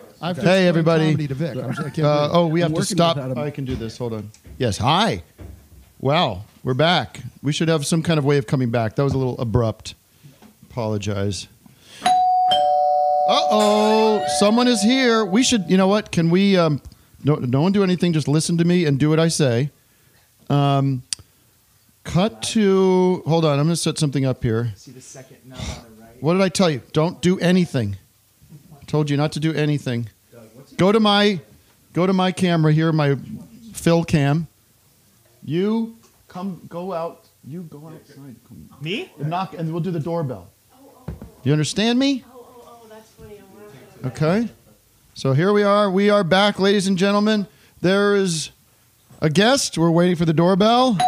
I've Okay. just Hey, explained everybody. comedy to Vic. I'm just- I can't Uh, believe- oh, we I'm have to working stop. without him. I can do this. Hold on. Yes. Hi. Wow. We're back. We should have some kind of way of coming back. That was a little abrupt. Apologize. Uh oh. Someone is here. We should. You know what? Can we? Um, no, no one do anything. Just listen to me and do what I say. Um, cut to. Hold on. I'm going to set something up here. See the second knob on the right. What did I tell you? Don't do anything. I told you not to do anything. Go to my go to my camera here, my Phil cam. You come go out. You go outside. Come- Me? and knock and we'll do the doorbell. You understand me? Okay. So here we are. We are back, ladies and gentlemen. There is a guest. We're waiting for the doorbell.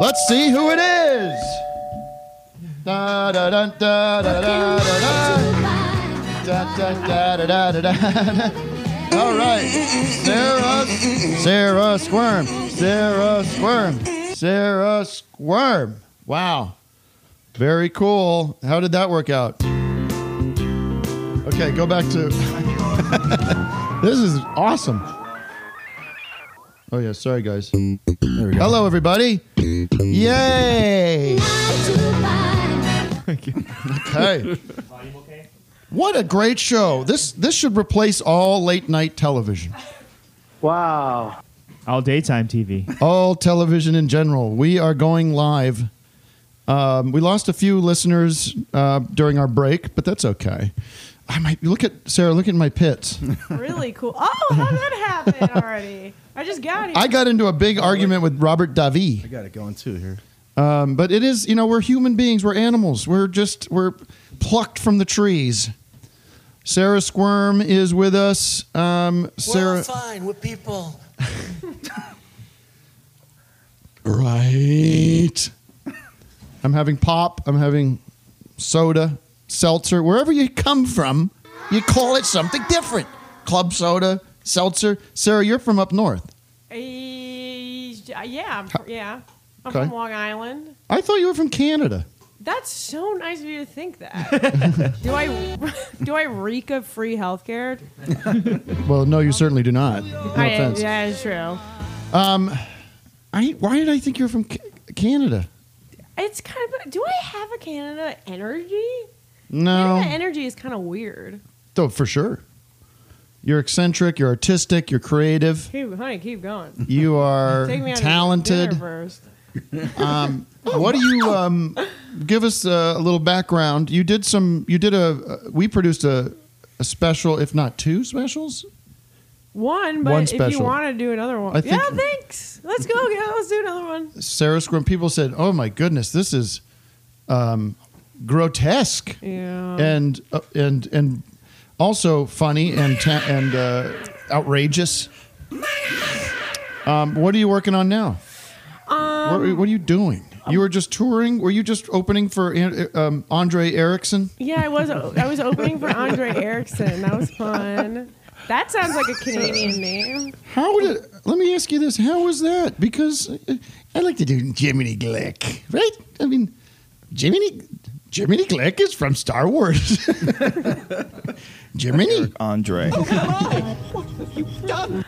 Let's see who it is. Da da da da da da da da da da da da da da. All right, Sarah, Sarah Squirm, Sarah Squirm, Sarah Squirm. Wow, very cool. How did that work out? Okay, go back to. this is awesome. Oh yeah, sorry guys. There we go. Hello everybody. Yay! Okay. Volume okay? What a great show. This this should replace all late night television. Wow. All daytime TV. All television in general. We are going live. Um, we lost a few listeners uh, during our break, but that's okay. I might look at Sarah, look at my pits. really cool. Oh, how did that happen already? I just got here. I got into a big argument with Robert Davi. I got it going too here. Um, but it is, you know, we're human beings, we're animals, we're just we're plucked from the trees. Sarah Squirm is with us. Um, Sarah, We're all fine with people. right? I'm having pop. I'm having soda, seltzer. Wherever you come from, you call it something different. Club soda, seltzer. Sarah, you're from up north. Uh, Eh, yeah, I'm, fr- yeah. I'm Okay. from Long Island. I thought you were from Canada. That's so nice of you to think that. do I do I reek of free healthcare? Well, no, you certainly do not. No I, offense. yeah, it's true. Um, I, why did I think you were from Ca- Canada? It's kind of. Do I have a Canada energy? No. Canada energy is kind of weird. Oh, for sure. You're eccentric. You're artistic. You're creative. Keep, honey, keep going. You are Take me on talented. Uh, dinner first. What do you um, give us a, a little background? You did some. You did a. Uh, we produced a, a special, if not two specials. One, but One if you special. want to do another one, I think- yeah, thanks. Let's go. Yeah, let's do another one. Sarah Scrum. People said, "Oh my goodness, this is um, grotesque Yeah. and uh, and and also funny and ta- and uh, outrageous." Um, what are you working on now? um, What, what are you doing? You were just touring. Were you just opening for An- um, Andre Erickson? yeah, I was I was opening for Andre Erickson. That was fun. That sounds like a Canadian name. How did? Let me ask you this: How was that? Because uh, I like to do Jiminy Glick, right? I mean, Jiminy Jiminy Glick is from Star Wars. Jiminy, Andre. Oh,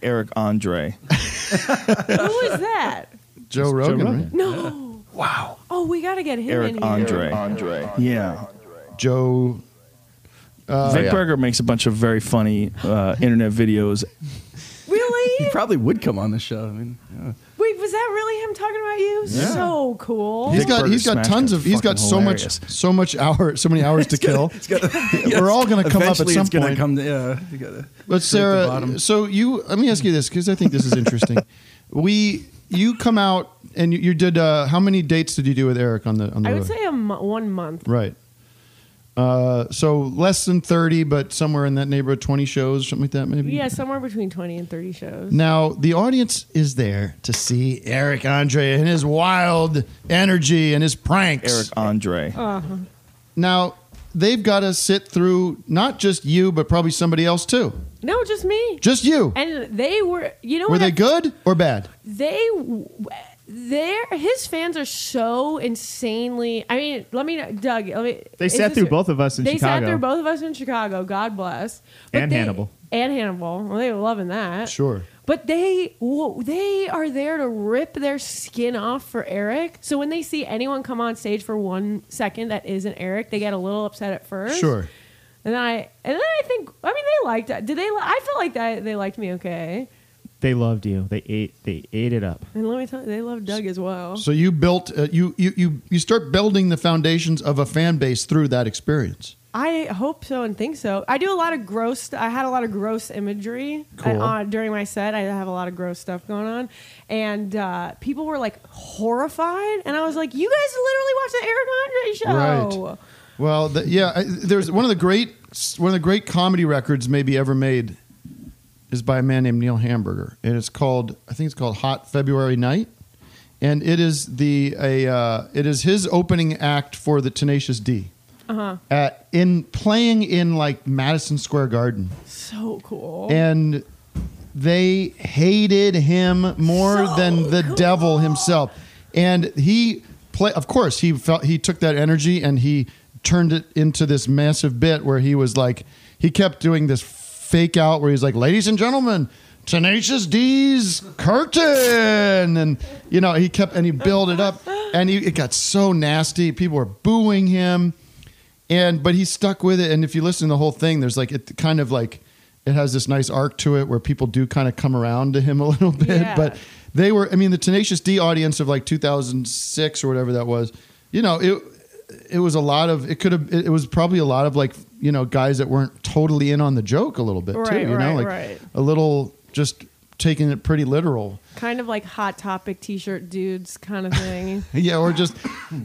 Eric Andre. Who was that? Joe Rogan, Rogan. right? No. Wow. Oh, we gotta get him in Eric here. Andre. Andre. Yeah. Joe. Uh, Vic Berger makes a bunch of very funny uh, internet videos. Really? He probably would come on the show. I mean, yeah. Wait, was that really him talking about you? So cool. He's Vic got he's got Berger's tons smash of he's got fucking so hilarious. much so much hour so many hours to kill. We're all going to come up at Eventually some it's gonna point. Come to, yeah, you gotta- But straight to Sarah, bottom. so you let me ask you this because I think this is interesting. we you come out and you, you did uh, how many dates did you do with Eric on the on the I would road? say a mo- one month. right. Uh, so less than thirty, but somewhere in that neighborhood, twenty shows, something like that, maybe. Yeah, somewhere between twenty and thirty shows. Now the audience is there to see Eric Andre and his wild energy and his pranks. Eric Andre. Uh-huh. Now they've got to sit through not just you, but probably somebody else too. No, just me. Just you. and they were, you know, Were what they I- good or bad? They w- There, his fans are so insanely. I mean, let me, Doug. Let me, They is sat this- through both of us in they Chicago. sat through both of us in Chicago. God bless. And they- uh, Hannibal. And Hannibal. Well, they were loving that. Sure. But they whoa, they are there to rip their skin off for Eric. So when they see anyone come on stage for one second that isn't Eric, they get a little upset at first. Sure. And then I and then I think I mean they liked it. Did they? li- I felt like that they liked me. Okay. They loved you. They ate. They ate it up. And let me tell you, they love Doug as well. So you built uh, you, you you you start building the foundations of a fan base through that experience. I hope so and think so. I do a lot of gross. I had a lot of gross imagery Cool. I- uh, during my set. I have a lot of gross stuff going on, and uh, people were like horrified. And I was like, "You guys literally watch the Eric Andre show." Right. Well, the, yeah, I, there's one of the great one of the great comedy records maybe ever made is by a man named Neil Hamburger, and it's called I think it's called Hot February Night, and it is the a uh, it is his opening act for the Tenacious D. Uh-huh. At in playing in like Madison Square Garden, So cool. and they hated him more than the devil himself. And he play, of course, he felt he took that energy and he turned it into this massive bit where he was like, he kept doing this fake out where he's like, "Ladies and gentlemen." Tenacious D's curtain, and you know he kept and he built it up, and he, it got so nasty. People were booing him, and but he stuck with it and if you listen to the whole thing there's like it kind of like it has this nice arc to it where people do kind of come around to him a little bit Yeah. but they were i mean the tenacious d audience of like 2006 or whatever that was you know it it was a lot of it could have it, it was probably a lot of like you know guys that weren't totally in on the joke a little bit too Right, you know right, like right. a little just taking it pretty literal kind of like hot topic T-shirt dudes kind of thing. yeah or just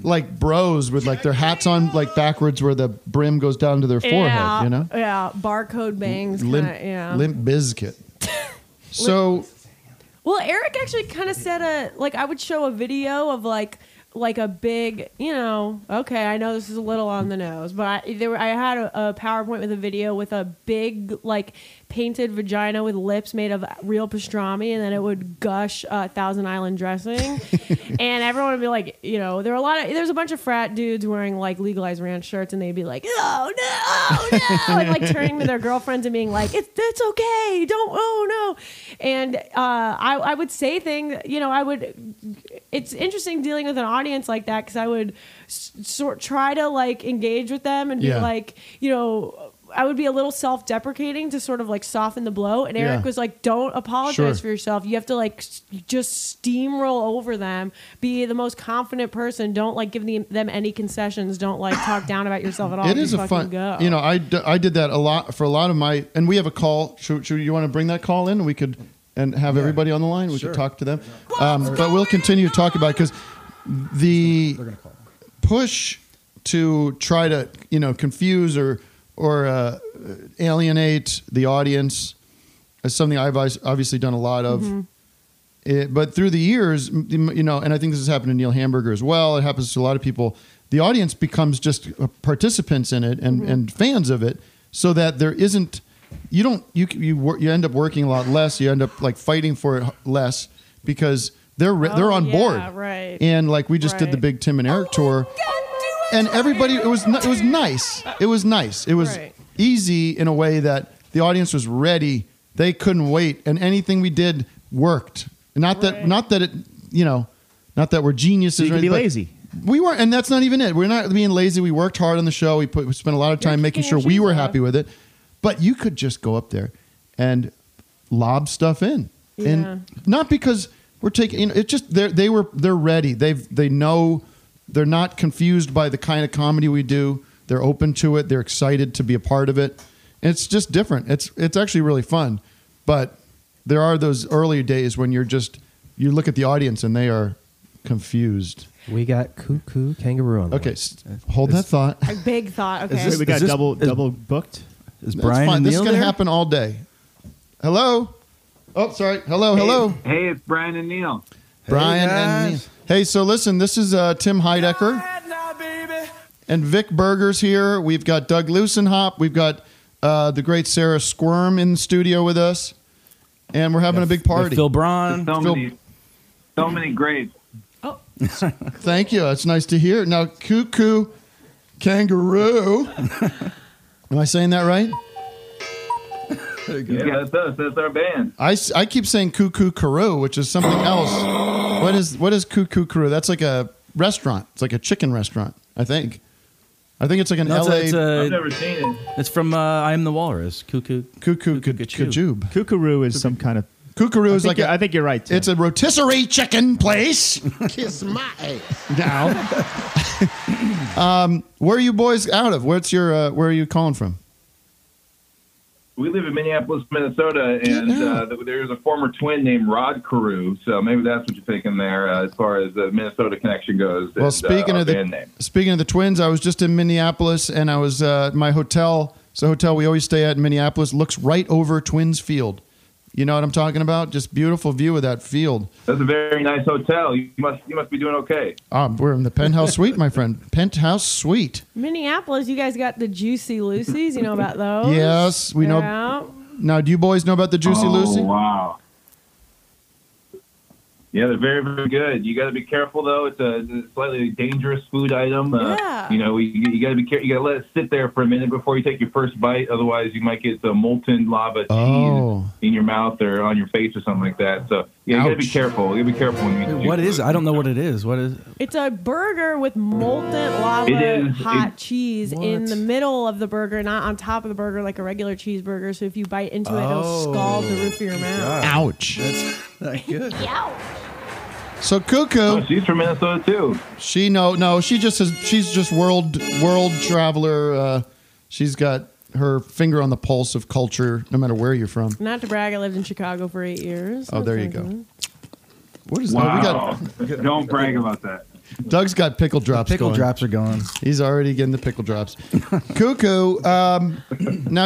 like bros with like their hats on like backwards where the brim goes down to their yeah, forehead you know Yeah, barcode bangs. limp, kinda, yeah. limp bizkit. so Well, Eric actually kind of said a like I would show a video of like like a big you know okay I know this is a little on the nose but I, there were, I had a, a PowerPoint with a video with a big like painted vagina with lips made of real pastrami and then it would gush uh, Thousand Island dressing and everyone would be like you know there were a lot of there's a bunch of frat dudes wearing like legalized ranch shirts and they'd be like oh no oh no and like turning to their girlfriends and being like it's it's okay don't oh no and uh, I, I would say things you know i would it's interesting dealing with an audience like that because i would s- sort try to like engage with them and be Yeah. like you know I would be a little self-deprecating to sort of like soften the blow, and Eric Yeah. was like, "Don't apologize Sure. for yourself. You have to like s- just steamroll over them. Be the most confident person. Don't like give the, them any concessions. Don't like talk down about yourself at all. it is Just a fucking fun. Go. You know, I, d- I did that a lot for a lot of my. And we have a call. Should, should you want to bring that call in? We could and have everybody on the line. We could talk to them. Um, but we'll continue to talk about because the push to try to you know confuse or or uh, alienate the audience is something I've obvi- obviously done a lot of. Mm-hmm. It, but through the years, m- m- you know, and I think this has happened to Neil Hamburger as well. It happens to a lot of people. The audience becomes just uh, participants in it and, Mm-hmm. and fans of it, so that there isn't. You don't. You c- you wor- you end up working a lot less. You end up like fighting for it h- less because they're re- they're Oh, on yeah, board. right. And like we just did the Right. Oh big Tim and Eric tour, and everybody it was n- it was nice. It was nice. It was Right. easy in a way that the audience was ready. They couldn't wait, and anything we did worked. Not that, Right. not that it, you know, not that we're geniuses. So you or can be anything, but lazy. We weren't, and that's not even it. We're not being lazy. We worked hard on the show. We put, we spent a lot of You're time making kicking sure your we shoes were off. happy with it. But you could just go up there and lob stuff in, Yeah. and not because we're taking. You know, it's just they they were they're ready. They've they know they're not confused by the kind of comedy we do. They're open to it. They're excited to be a part of it. And it's just different. It's it's actually really fun. But there are those early days when you're just you look at the audience and they are confused. We got cuckoo kangaroo on the Okay, way. s- hold that thought. a big thought. Okay, this- Wait, we got is this- double is- double booked. Is That's Brian fine. and This is Neil going to there? happen all day. Hello. Oh, sorry. Hello, hello. Hey, it's Brian and Neil. Brian and guys. Hey, so listen, this is uh, Tim Heidecker and Vic Berger's here. We've got Doug Lucenhop. We've got uh, the great Sarah Squirm in the studio with us, and we're having a big With party. Phil Braun. So Phil- many, so many greats. Thank you. That's nice to hear. Now, cuckoo, kangaroo. Am I saying that right? There you go. Yeah, that's us. That's our band. I, s- I keep saying cuckoo karoo, which is something else. What is what is cuckoo karoo? That's like a restaurant. It's like a chicken restaurant, I think. I think it's like an No, it's, LA a- it's, a- I've never seen it. it's from uh, I Am the Walrus. Cuckoo. cuckoo Cuckoo Kajou. kajoob. Kookaroo is some kind of. Cuckoo I is think like you're- a, I think you're right. Tim. It's a rotisserie chicken place. Kiss my ass. Now, um, where are you boys out of? Where's your? Uh, where are you calling from? We live in Minneapolis, Minnesota, Get and uh, out. th- there's a former twin named Rod Carew. So maybe that's what you're thinking there, uh, as far as the Minnesota connection goes. Well, and, speaking uh, our of the band name. speaking of the twins, I was just in Minneapolis, and I was uh, at my hotel. So hotel we always stay at in Minneapolis looks right over Twins Field. You know what I'm talking about? Just beautiful view of that field. that's a very nice hotel. You must you must be doing okay. Ah, we're in the penthouse suite, my friend. Penthouse suite. Minneapolis, you guys got the Juicy Lucy's. You know about those? Yes, we know- know. Now, do you boys know about the Juicy oh, Lucy? Wow. Yeah, they're very, very good. You got to be careful though; it's a, it's a slightly dangerous food item. Uh, Yeah. You know, you, you got to be careful. You got to let it sit there for a minute before you take your first bite. Otherwise, you might get the molten lava cheese Oh. in your mouth or on your face or something like that. So, yeah, you got to be Ouch. careful. You got to be careful when you. Dude, What is? I don't know what it is. What is? It's a burger with molten It lava is- hot it- cheese in What? the middle of the burger, not on top of the burger like a regular cheeseburger. So if you bite into it, it'll Oh. scald the roof of your mouth. Ouch. That's not good. So cuckoo. Oh, she's from Minnesota too. She no no. She just is. She's just world world traveler. Uh, she's got her finger on the pulse of culture, no matter where you're from. Not to brag, I lived in Chicago for eight years. Oh, That's there you not go. good. What is oh, we Wow. got? don't brag about that. Doug's got pickle drops. Pickle going. drops are gone. He's already getting the pickle drops. cuckoo. Um, now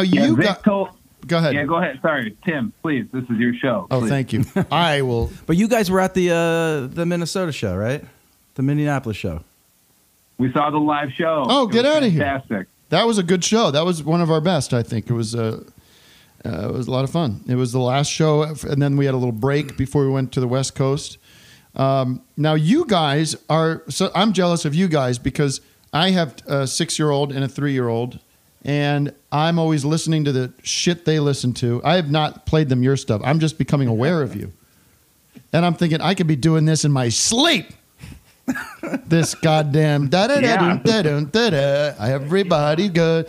Yeah, you Vic got. told- Go ahead. yeah, go ahead. Sorry, Tim. Please, this is your show. oh, please. thank you. I will. But you guys were at the uh, the Minnesota show, right? The Minneapolis show. We saw the live show. Oh, It get was outta here. Fantastic. That was a good show. That was one of our best. I think it was. Uh, uh, it was a lot of fun. It was the last show, and then we had a little break before we went to the West Coast. Um, now you guys are. So I'm jealous of you guys because I have a six year old and a three year old, and I'm always listening to the shit they listen to. I have not played them your stuff. I'm just becoming aware of you, and I'm thinking I could be doing this in my sleep. this goddamn da da da Yeah. da da da da. Everybody good.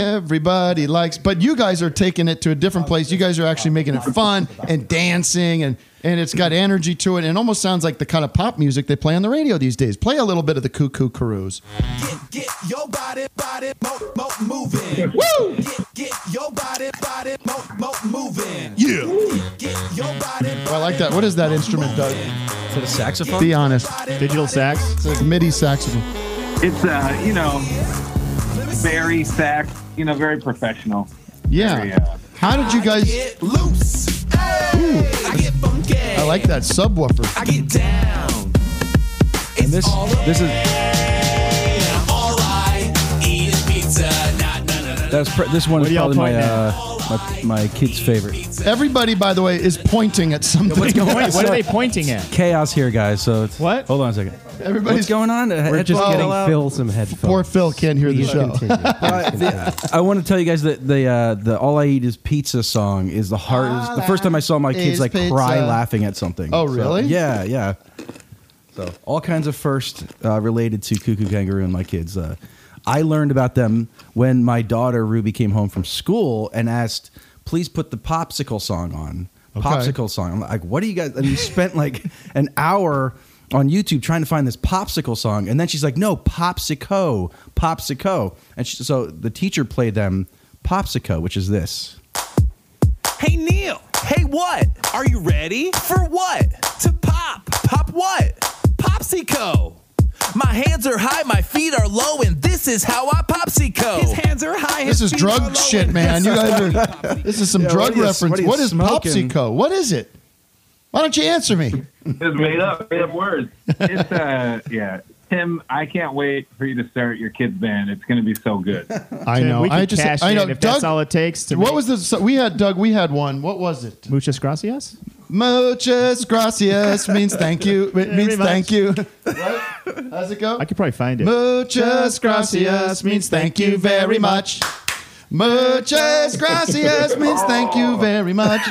Everybody likes, but you guys are taking it to a different place. You guys are actually making it fun and dancing, and and it's got energy to it, and it almost sounds like the kind of pop music they play on the radio these days. Play a little bit of the Cuckoo Caroos. Get your body, body, mo, mo, moving. Woo! Get, get your body, body, mo, mo, moving. Yeah. Get your body, Oh, I like that. What is that instrument, Doug? Is it a saxophone? Be honest. digital sax. It's like MIDI saxophone. It's uh, you know, very sack, you know, very professional. Yeah. How did you guys? get loose. Hey, I get funky. I like that subwoofer. I get down. And this this is Yeah, all I eat is pizza. Not none of the that's pr- this one is What are y'all probably my, pointing at? uh, my my kid's favorite. Everybody, by the way, is pointing at something. What's going on? What are they pointing at? Chaos here, guys. So it's, What? Hold on a second. Everybody's What's going on? We're just Well, getting well, Phil some headphones. Poor Phil can't hear the Please show. continue. Please continue. I want to tell you guys that the uh, the "All I Eat Is Pizza" song is the hardest. All the first time I saw my is kids like cry pizza. laughing at something. Oh, So, really? yeah, yeah. So all kinds of first uh, related to Cuckoo Kangaroo and my kids. Uh, I learned about them when my daughter Ruby came home from school and asked, "Please put the popsicle song on." Okay. Popsicle song. I'm like, what do you guys? And we spent like an hour on YouTube trying to find this popsicle song, and then she's like, "No, popsico, popsico." And she, so the teacher played them popsico, which is this. Hey Neil. Hey what? Are you ready? For what? To pop. Pop what? Popsico. My hands are high, my feet are low, and this is how I popsico. His hands are high. This is drug shit, man. You guys are. This is some Yeah, what drug are you- reference. what are you What is smoking? Popsico? What is it? Why don't you answer me? It's made up, made up words. It's uh, yeah. Tim, I can't wait for you to start your kids band. It's going to be so good. I know. We can I just. cash I know. in if Doug. that's all it takes. To what make- was the? So we had Doug. We had one. What was it? Muchas gracias. Muchas gracias means thank you. It means much. thank you. Right? How's it go? I could probably find it. Muchas gracias means thank you very much. Muchas gracias means thank you very much.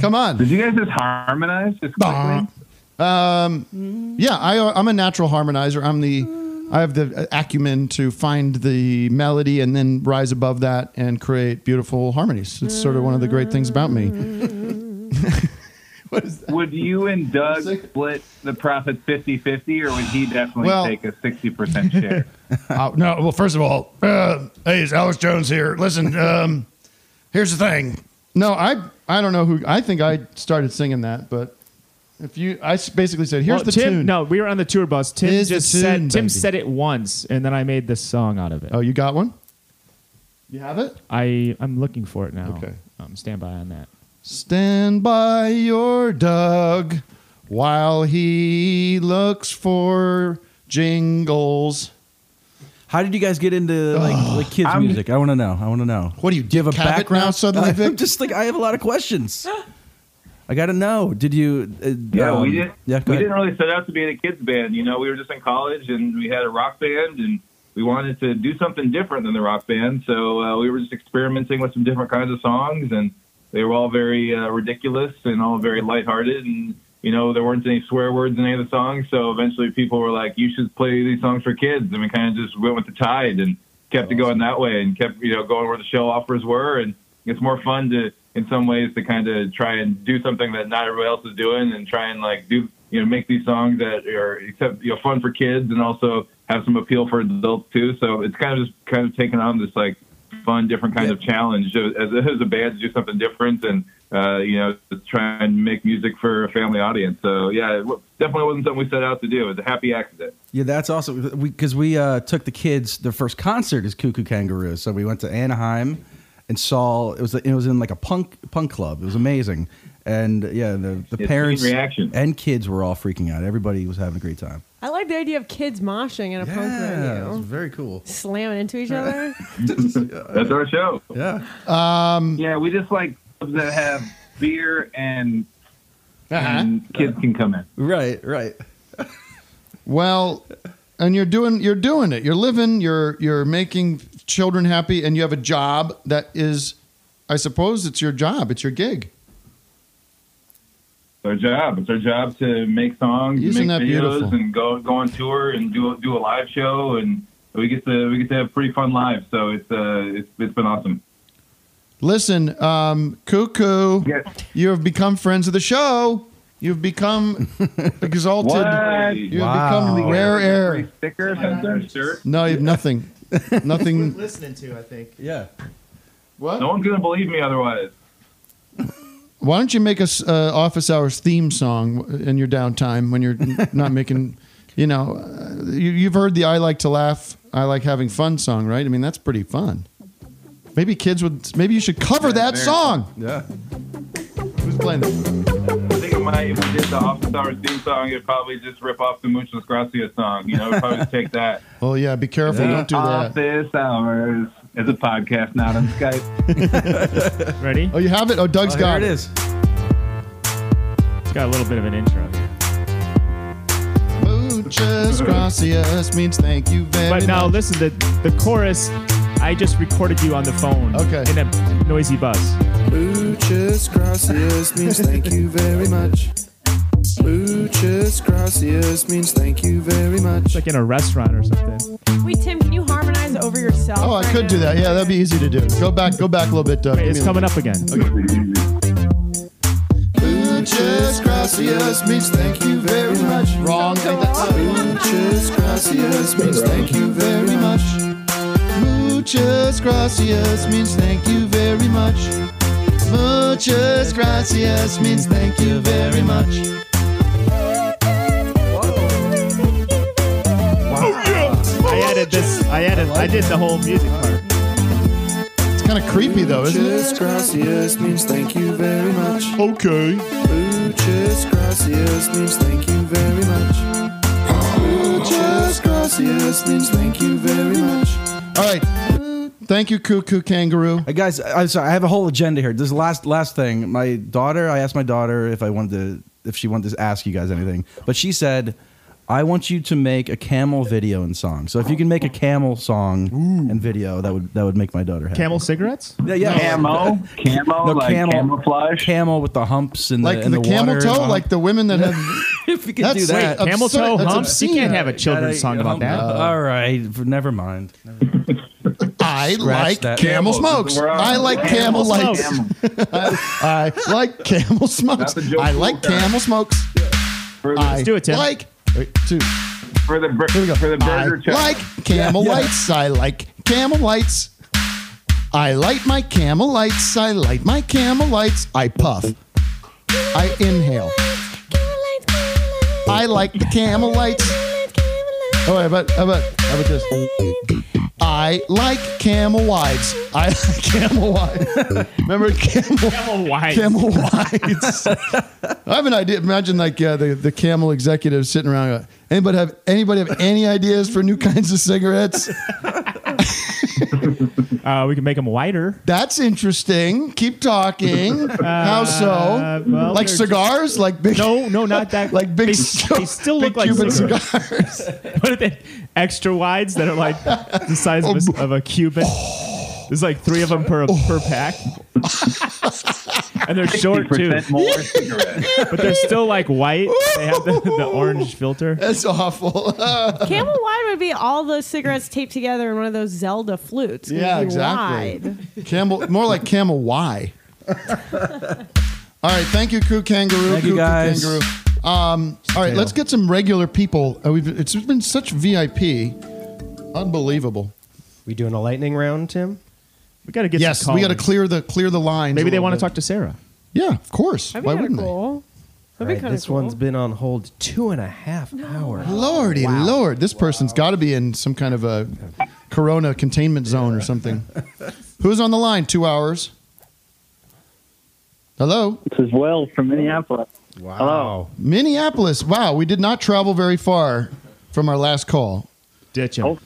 Come on. Did you guys just harmonize just Bah. Um, quickly? Yeah, I, I'm a natural harmonizer. I'm the, I have the acumen to find the melody and then rise above that and create beautiful harmonies. It's sort of one of the great things about me. Would you and Doug split the profit 50-50, or would he definitely Well- take a sixty percent share? Uh, no, well, first of all, uh, hey, it's Alex Jones here. Listen, um, here's the thing. No, I, I don't know who. I think I started singing that, but if you, I s- basically said, here's Well, the Tim, tune. No, we were on the tour bus. Tim Here's the just tune, said Tim baby. said it once, and then I made this song out of it. Oh, you got one? You have it? I I'm looking for it now. Okay. um, stand by on that. Stand by your Doug while he looks for jingles. How did you guys get into like like kids I'm- music? I want to know. I want to know. What do you Do you have a cab it now background? suddenly, I'm Vic? just like I have a lot of questions. I gotta know. Did you? Uh, Yeah, um, we did. Yeah, go we ahead. didn't really set out to be in a kids band. You know, we were just in college and we had a rock band, and we wanted to do something different than the rock band. So uh, we were just experimenting with some different kinds of songs, and they were all very uh, ridiculous and all very lighthearted. And you know, there weren't any swear words in any of the songs. So eventually, people were like, "You should play these songs for kids," and we kind of just went with the tide and kept it going that way, and kept you know going where the show offers were, and it's more fun to in some ways to kind of try and do something that not everybody else is doing and try and like do you know make these songs that are except you know fun for kids and also have some appeal for adults too so it's kind of just kind of taking on this like fun different kind of challenge as, as a band to do something different and uh, you know to try and make music for a family audience so yeah it w- definitely wasn't something we set out to do it was a happy accident Yeah, that's awesome. Because we, uh, took the kids. Their first concert is Cuckoo Kangaroo. So we went to Anaheim and saw it was it was in like a punk punk club. It was amazing. And yeah, the, the It's parents teen reaction. and kids were all freaking out. Everybody was having a great time. I like the idea of kids moshing in a Yeah, it was punk venue, very cool. slamming into each other. that's our show Yeah, Um, yeah we just like clubs that have beer and, Uh-huh. and kids can come in right, right. Well, and you're doing you're doing it. You're living. You're you're making children happy, and you have a job that is, I suppose, it's your job. It's your gig. It's our job. It's our job to make songs, Isn't make that videos, beautiful? and go go on tour and do do a live show, and we get to we get to have pretty fun live. So it's uh it's, it's been awesome. Listen, um, Cuckoo, Yeah. you have become friends of the show. You've become exalted. What? You've Wow. become rare air. Free sticker, that's our shirt. No, you have nothing. nothing. Listening to, I think. Yeah, What? No one's gonna believe me otherwise. Why don't you make us uh, office hours theme song in your downtime when you're n- not making, you know, uh, you, you've heard the "I like to laugh, I like having fun" song, right? I mean, that's pretty fun. Maybe kids would. Maybe you should cover that very song. yeah. Who's playing that? I think it might if we did the Office Hours theme song, it'd probably just rip off the Muchas Gracias song. You know, it'd probably just take that. Oh yeah, be careful! Don't do Uh, that. Office Hours is a podcast, not on Skype. Ready? Oh, you have it. Oh, Doug's Oh, got there it is. It's got a little bit of an intro, here. Muchas gracias means thank you very but now much. listen. The the chorus. I just recorded you on the phone. Okay. In a noisy bus. Muchas gracias means thank you very much. Muchas gracias means thank you very much. Like in a restaurant or something. Wait, Tim, can you harmonize over yourself? Oh, I right could now? do that. Yeah, that'd be easy to do. Go back, go back a little bit, Doug. Wait, Give it's me a coming up again. Muchas gracias means thank you very much. Wrong. Ain't that so? Muchas gracias means thank you very much. Muchas gracias means thank you very much. Muchas gracias means thank you very much. Oh, I added this. I added. I did the whole music part. It's kind of creepy though, isn't Muchas gracias means thank you very much. it? Okay. Muchas gracias means thank you very much. Muchas gracias means thank you very much. All right. Thank you, Cuckoo Kangaroo. guys, I- I'm sorry. I have a whole agenda here. This last last thing. My daughter. I asked my daughter if I wanted to, if she wanted to ask you guys anything, but she said, "I want you to make a camel video and song. So if you can make a camel song and video, that would that would make my daughter happy." Camel cigarettes? Yeah, yeah. Camo, camo, No, like camel. camouflage. Camel with the humps and Like the, and the camel water. toe, like the women that have. if you That's like Wait, camel absurd- toe that's humps? You obscene. can't have a children's song about that. all right, never mind. I Scratch like that. Camel. camel smokes. We're on- I like Camel camel lights. smokes. I like camel smokes. That's a joke. I like camel smokes. For the, I do it, Tim. like. Wait, two. for the, bur- for the I burger challenge. like camel Yeah, yeah. lights. I like camel lights. I light my camel lights. I light my camel lights. I puff. I inhale. I like the camel lights. Oh, wait, how about, how about, how about this? I like camel wives. I like camel wives. Remember camel Camel white. camel wides. I have an idea. Imagine like uh, the the camel executives sitting around. uh, Anybody have anybody have any ideas for new kinds of cigarettes? Uh, we can make them whiter. That's interesting. Keep talking. How so? Uh, well, like they're- cigars? Like big? No, no, not that. Like big? They, c- they still big look like Cuban cigarettes. cigars. What are they? Extra wides that are like the size of Oh, a, of a Cuban. There's like three of them per per pack, and they're short too. 50% more cigarettes. But they're still like white. They have the, the orange filter. That's awful. Camel wide would be all the cigarettes taped together in one of those Zelda flutes. It would Yeah, be exactly. wide. camel, more like camel Y. All right, thank you, Crew Kangaroo. Thank you, Crew guys. Kangaroo. Um, all right, let's get some regular people. Uh, we've, it's been such VIP, unbelievable. We doing a lightning round, Tim? We gotta get. yes, some we got to callers. clear the clear the lines. Maybe a they little want to bit. talk to Sarah. Yeah, of course. That'd be Why kinda wouldn't cool. That'd be All right, kind of this cool. one's been on hold two and a half hours. they? Lordy, Lord, this person's got to be in some kind of a Corona containment zone or something. Who's on the line? Two hours. Hello. This is Will from Minneapolis. Wow. Hello. Minneapolis. Wow, we did not travel very far from our last call. Ditch him. Oh.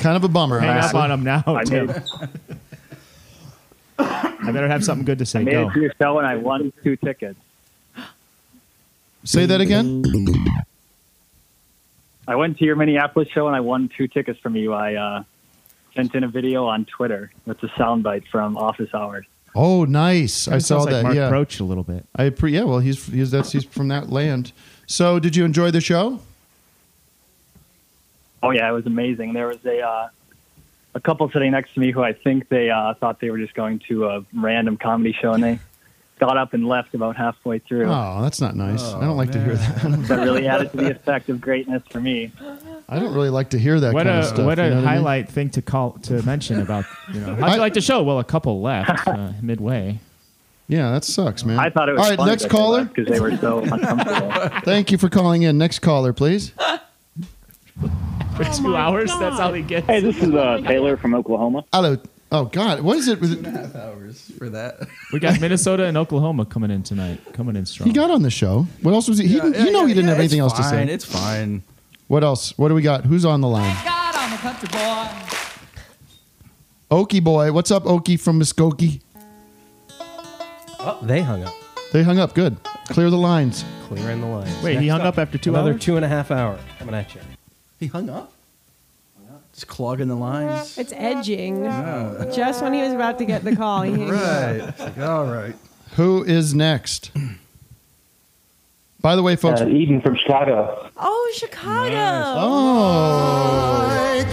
Kind of a bummer. Hang up honestly. on him now, I Tim. made, I better have something good to I say. made Go. it to your show and I won two tickets. Say that again. I went to your Minneapolis show and I won two tickets from you. I uh, sent in a video on Twitter with a soundbite from Office Hours. Oh, nice. I Kinda saw sounds like that. Mark yeah, Roach a little bit. I pre- yeah. Well, he's he's that's he's from that land. So, did you enjoy the show? Oh yeah, it was amazing. There was a uh, a couple sitting next to me who I think they uh, thought they were just going to a random comedy show and they got up and left about halfway through. Oh, that's not nice. I don't like to hear that. That really added to the effect of greatness for me. I don't really like to hear that what kind a of stuff. what a you know I mean? highlight thing to call to mention about you know how'd I- you like the show? Well, a couple left uh, midway. Yeah, that sucks, man. I thought it was All right, funny next caller. because they were so uncomfortable. Thank you for calling in. Next caller, please. For two Oh my hours, God. that's all they get. hey, this is uh, Taylor from Oklahoma. Hello. Oh God, what is it? with- for that. We got Minnesota and Oklahoma coming in tonight, coming in strong. He got on the show. What else was he? he didn't- you know he didn't have anything else to say. It's fine. What else? What do we got? Who's on the line? God, I'm a country boy. Okie boy, what's up, Okie from Muskogee? Oh, they hung up. They hung up. Good. Clear the lines. Clearing the lines. Wait, he Next hung up after two Another hours? two and a half hour coming at you. He hung up. Just clogging the lines. It's edging. Just when he was about to get the call, he hangs up. Right. all right. Who is next? By the way, folks. Uh, Eden from Chicago. Oh, Chicago. oh,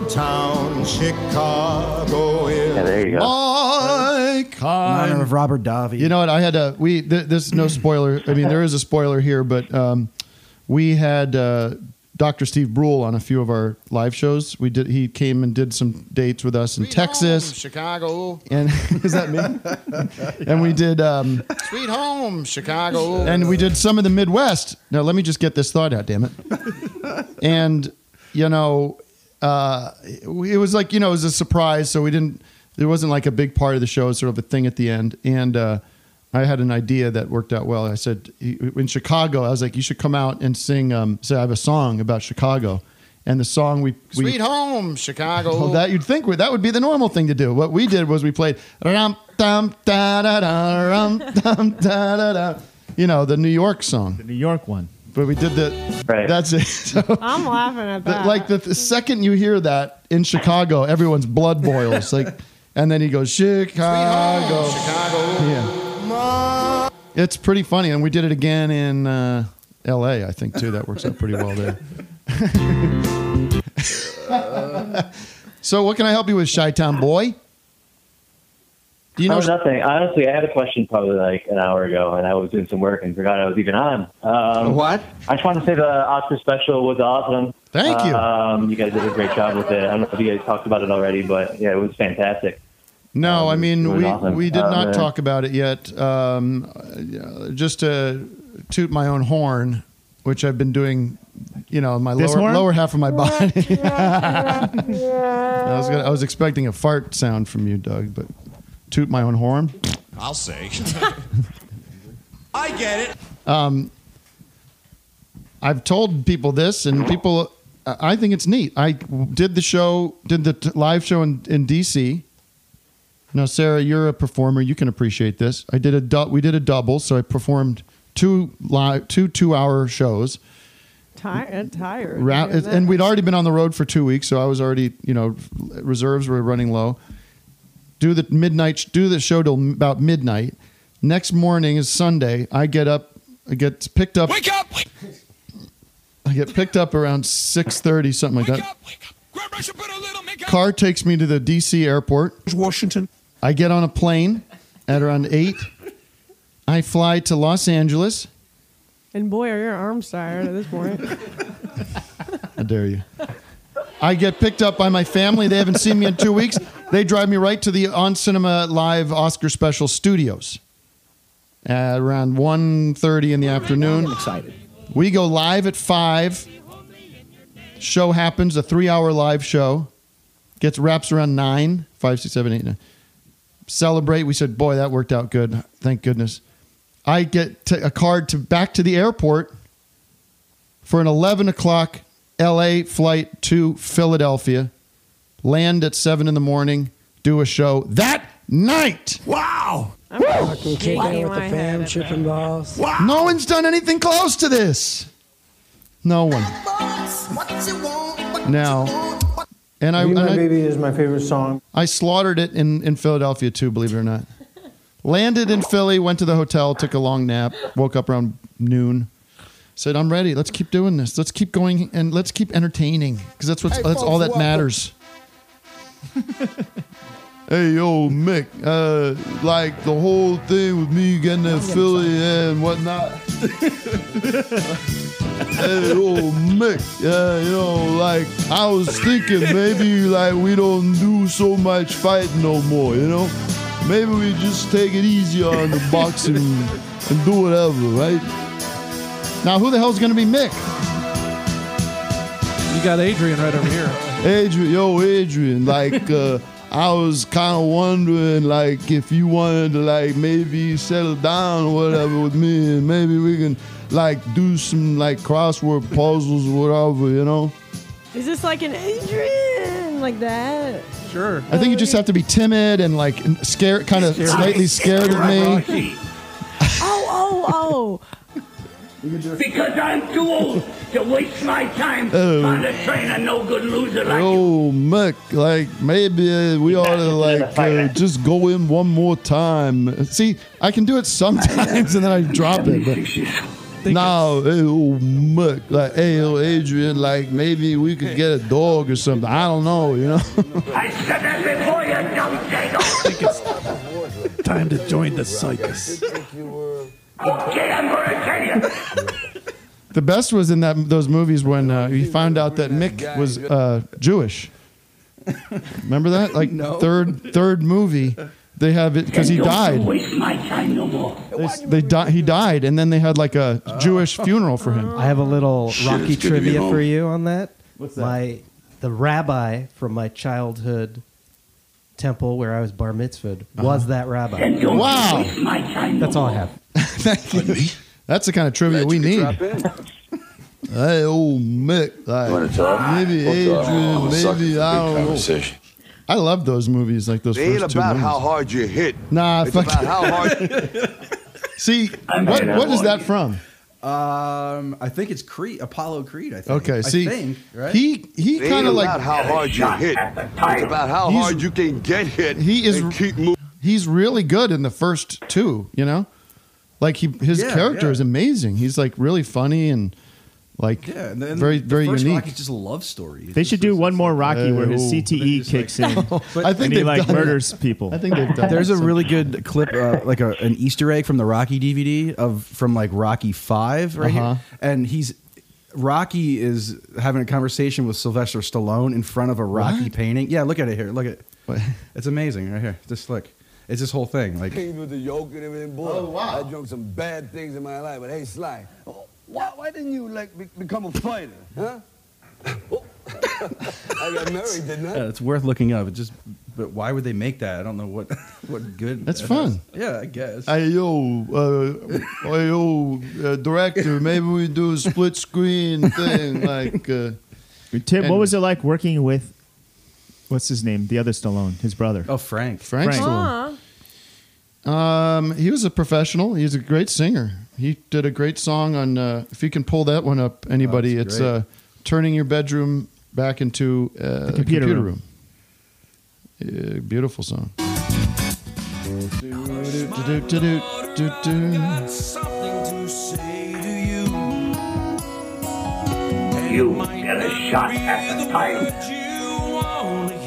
of town, Chicago is. Yeah, there you go. my In Um, honor kind. of Robert Davi. You know what? I had a we. Th- this is no spoiler. I mean, there is a spoiler here, but um, we had uh, Dr. Steve Brule on a few of our live shows. We did. He came and did some dates with us in Texas. Chicago. And is that me? And we did. Um, Sweet home, Chicago. and we did some in the Midwest. Now let me just get this thought out, damn it. and you know, uh, it was like you know, it was a surprise, so we didn't. There wasn't like a big part of the show, it was sort of a thing at the end. And uh, I had an idea that worked out well. I said in Chicago, I was like, you should come out and sing. Um, say I have a song about Chicago, And the song we, we Sweet home, Chicago. well, that you'd think would that would be the normal thing to do. What we did was we played rum dum da da da rum dum da da da. You know the New York song, the New York one. But we did the. Right. That's it. So, I'm laughing at the- that. like the, the second you hear that in Chicago, everyone's blood boils. Like, and then he goes Chicago. Chicago. Yeah. It's pretty funny, and we did it again in uh, L.A. I think too. That works out pretty well there. so, what can I help you with, Chi Town boy? Do you know? oh, nothing. Honestly, I had a question probably like an hour ago, and I was doing some work and forgot I was even on. Um, What? I just want to say the Oscar special was awesome. Thank you. Um, you guys did a great job with it. I don't know if you guys talked about it already, but yeah, it was fantastic. No, I it mean was we awesome. we did Uh, not man. talk about it yet. Um, uh, just to toot my own horn, which I've been doing, you know, my This lower horn? lower half of my body. I was gonna, I was expecting a fart sound from you, Doug, but toot my own horn. I'll say. I get it. Um, I've told people this, and people, I I think it's neat. I did the show, did the t- live show in, in DC. Now, Sarah, you're a performer. You can appreciate this. I did a du- we did a double, so I performed two live two two hour shows. Ti- I'm tired. Ra- Look at and that. we'd already been on the road for two weeks, so I was already, you know, reserves were running low. Do the midnight, sh- do the show till m- about midnight. Next morning is Sunday. I get up, I get picked up. Wake up! I get picked up around six thirty, something like that. Car takes me to the D.C. airport, Washington. I get on a plane at around eight. I fly to Los Angeles. And boy, are your arms tired at this point. I dare you. I get picked up by my family. They haven't seen me in two weeks. They drive me right to the On Cinema Live Oscar Special Studios at around 1.30 in the afternoon. excited. We go live at 5. Show happens, a three-hour live show. Gets wraps around 9, 5, 6, 7, 8, 9. Celebrate. We said, boy, that worked out good. Thank goodness. I get t- a card to back to the airport for an 11 o'clock LA flight to Philadelphia, land at 7 in the morning, do a show that night. Wow. Fucking kick out with the fam, chipping balls. No one's done anything close to this. No one. Now, and I, and Maybe My I- Baby is my favorite song. I slaughtered it in, in Philadelphia too, believe it or not. Landed in Philly, went to the hotel, took a long nap, woke up around noon. Said, I'm ready. Let's keep doing this. Let's keep going and let's keep entertaining because that's what's Hey, that's folks, all that welcome. matters. hey, yo, Mick. Uh, like the whole thing with me getting to Philly and whatnot. hey, yo, Mick. Uh, you know, like I was thinking maybe like we don't do so much fighting no more. You know, maybe we just take it easy on the boxing and do whatever, right? Now, who the hell's gonna be Mick? You got Adrian right over here. Adrian, yo, Adrian, like, uh, I was kind of wondering, like, if you wanted to, like, maybe settle down or whatever with me, and maybe we can, like, do some, like, crossword puzzles or whatever, you know? Is this like an Adrian like that? Sure. I think you just have to be timid and like scared, kind of slightly scared of me. Oh, oh, Because I'm too old to waste my time Oh. on a train a no good loser Oh. like you. Yo, Mick, like, maybe uh, we ought to, like, uh, just go in one more time. See, I can do it sometimes and then I drop it. But No, hey, oh, Mick, like, hey, oh, Adrian, like, maybe we could get a dog or something. I don't know, you know? I said that before you dumb It's time to join the circus. Okay, I'm gonna tell you. the best was in that those movies when uh, you found out that Mick was uh, Jewish. Remember that? Like No. third third movie, they have it because he Don't died. waste my time no more. They di- he died, and then they had like a Jewish funeral for him. I have a little Shit, Rocky it's good to be trivia home. for you on that. What's that? My the rabbi from my childhood temple where I was bar mitzvahed was that rabbi. Uh-huh. And don't Wow. waste That's all I have. That's the kind of trivia we need. Hey, old Mick. Like, wanna talk? Maybe What's up? I'm Adrian. a sucker for Maybe I big don't know. conversation. I love those movies, like those It ain't first two about movies. how hard you hit. Nah, it's fuck about it. how hard. See, I'm what, gonna what is want that you. from? Um, I think it's Creed, Apollo Creed. I think. Okay, I see, think, right? he he They kind of ain't like about how hard you hit. It's about how He's- hard you can get hit. he is and keep moving. He's really good in the first two, you know? Like he his Yeah, character yeah. is amazing. He's like really funny and like Yeah, and then very the very first unique. Rock is just a love story. They should do one more Rocky where his Oh. CTE kicks in. But- and he like murders people. There's a really good clip, uh, like a, an Easter egg from the Rocky DVD of from like Rocky Five, right Uh-huh. here, and he's Rocky is having a conversation with Sylvester Stallone in front of a Rocky painting. Yeah, look at it here. Look at it. It's amazing right here. Just look, it's this whole thing. Like Came with the yolk and everything, boy. Oh, wow. I drunk some bad things in my life, but hey, Sly, oh, why, why didn't you like be- become a fighter, huh? Oh. I got married, didn't I? Yeah, Uh, it's worth looking up. It just, but why would they make that? I don't know what, what good. That's that fun. is. Yeah, I guess. Hey yo, uh, hey yo, uh, director, maybe we do a split screen thing like uh, Tim, and- what was it like working with what's his name? The other Stallone, his brother. Oh, Frank. Frank Stallone. Um, he was a professional. He's a great singer. He did a great song on. Uh, if you can pull that one up, anybody, that's it's great. uh, turning your bedroom back into uh, a computer computer, room. room. Uh, beautiful song. Got something to say to you. You get a shot at the time.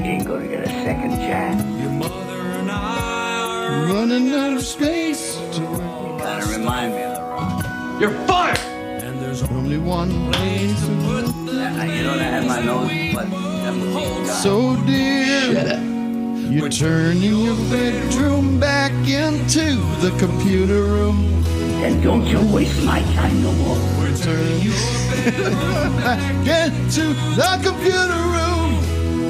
Ain't gonna get a second chance. Your mother and I Running out of space. gotta remind me of the rock. You're fired! And there's only one place to put that. You know, I had my nose, but that was So dear, you're turning your bedroom back into the computer room. And don't you waste my time no more. We're turning your bedroom back into the computer room.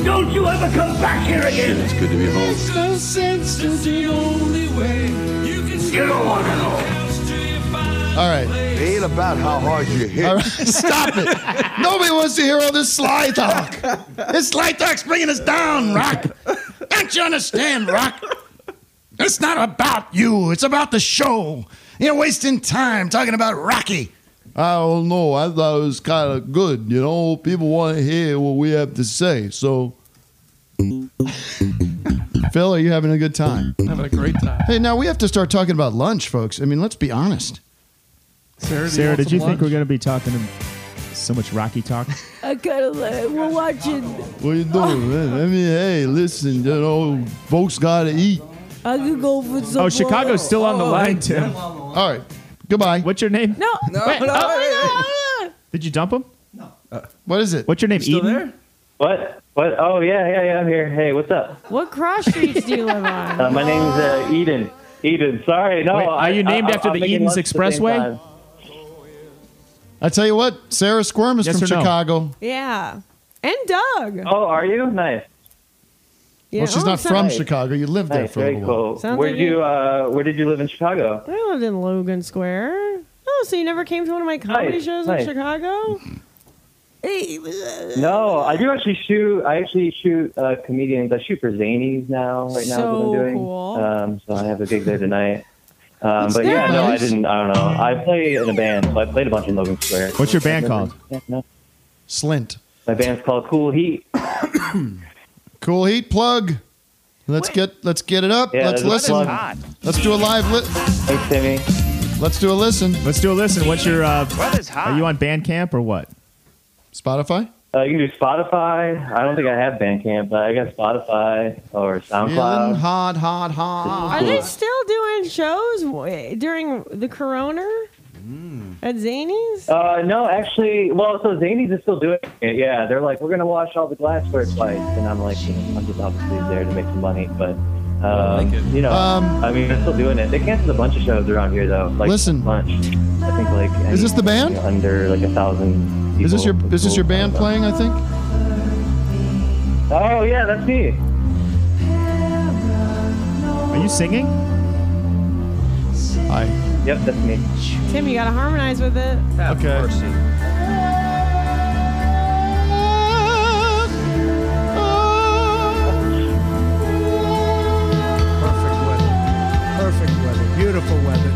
Don't you ever come back here again. It's good to be home. Makes no sense. It's the only way you can You don't want to know. All right. It ain't about how hard you hit. All right, stop it. Nobody wants to hear all this sly talk. This sly talk's bringing us down, Rock. Don't you understand, Rock? It's not about you. It's about the show. You're wasting time talking about Rocky. I don't know. I thought it was kind of good. You know, people want to hear what we have to say. So, Phil, are you having a good time? Having a great time. Hey, now we have to start talking about lunch, folks. I mean, let's be honest. Sarah, do you want did some you think lunch? we're going to be talking so much Rocky talk? I gotta let. We're watching. What you doing, man? I mean, hey, listen, you know, folks gotta eat. I could go for some. Oh, Chicago's still on the line, Tim. All right, goodbye. What's your name? No, No, Wait, no, oh, Did you dump him? Uh, What is it? What's your name? Eden? What? What? Oh yeah, yeah, yeah. I'm here. Hey, what's up? What cross streets do you live on? Uh, my name's uh, Eden. Eden. Sorry. No. Wait, are Oh, I- you named I- I- after I'm the making Eden's lunch at the same Expressway? time. I tell you what, Sarah Squirm is Yes from or no? Chicago. Yeah, and Doug. Oh, are you? Nice. Yeah, Well, she's oh, not sorry. from Chicago. You lived there Nice, for a very little while. cool. Sounds Where like did you? Uh, where did you live in Chicago? I lived in Logan Square. Oh, so you never came to one of my comedy Nice, shows nice. in Chicago? Hey, No, I do actually shoot. I actually shoot uh, comedians. I shoot for Zanies now. Right now, is what So I'm doing. cool. Um, so I have a gig there tonight. Um, That's but yeah, no, I nice. didn't. I don't know. I play in a band, so I played a bunch in Logan Square. What's your band I've never- called? Yeah, no. Slint. My band's called Cool Heat. Cool heat plug. Let's get let's get it up. Yeah, let's there's a listen. plug. Let's do a live lit. Thanks, Timmy. Let's do a listen. Let's do a listen. What's your? Uh, Are you on Bandcamp or what? Spotify. Uh, you can do Spotify. I don't think I have Bandcamp, but I got Spotify or Feeling SoundCloud. hot, hot, Ah. Are they hot. still doing shows w- during the corona at Zanies? Uh, no, actually, well, so Zanies is still doing it. Yeah, they're like, we're gonna watch all the glassware twice, and I'm like, you know, I'm just obviously there to make some money, but. Um, you know, I mean, they're still doing it. They canceled a bunch of shows around here, though. Like, Listen. a bunch. I think like Is this the band? under like a thousand. People Is this your is this your band playing? I think. Oh yeah, that's me. Are you singing? Hi. Yep, that's me. Tim, you gotta harmonize with it. okay. Perfect weather. Perfect weather. Beautiful weather.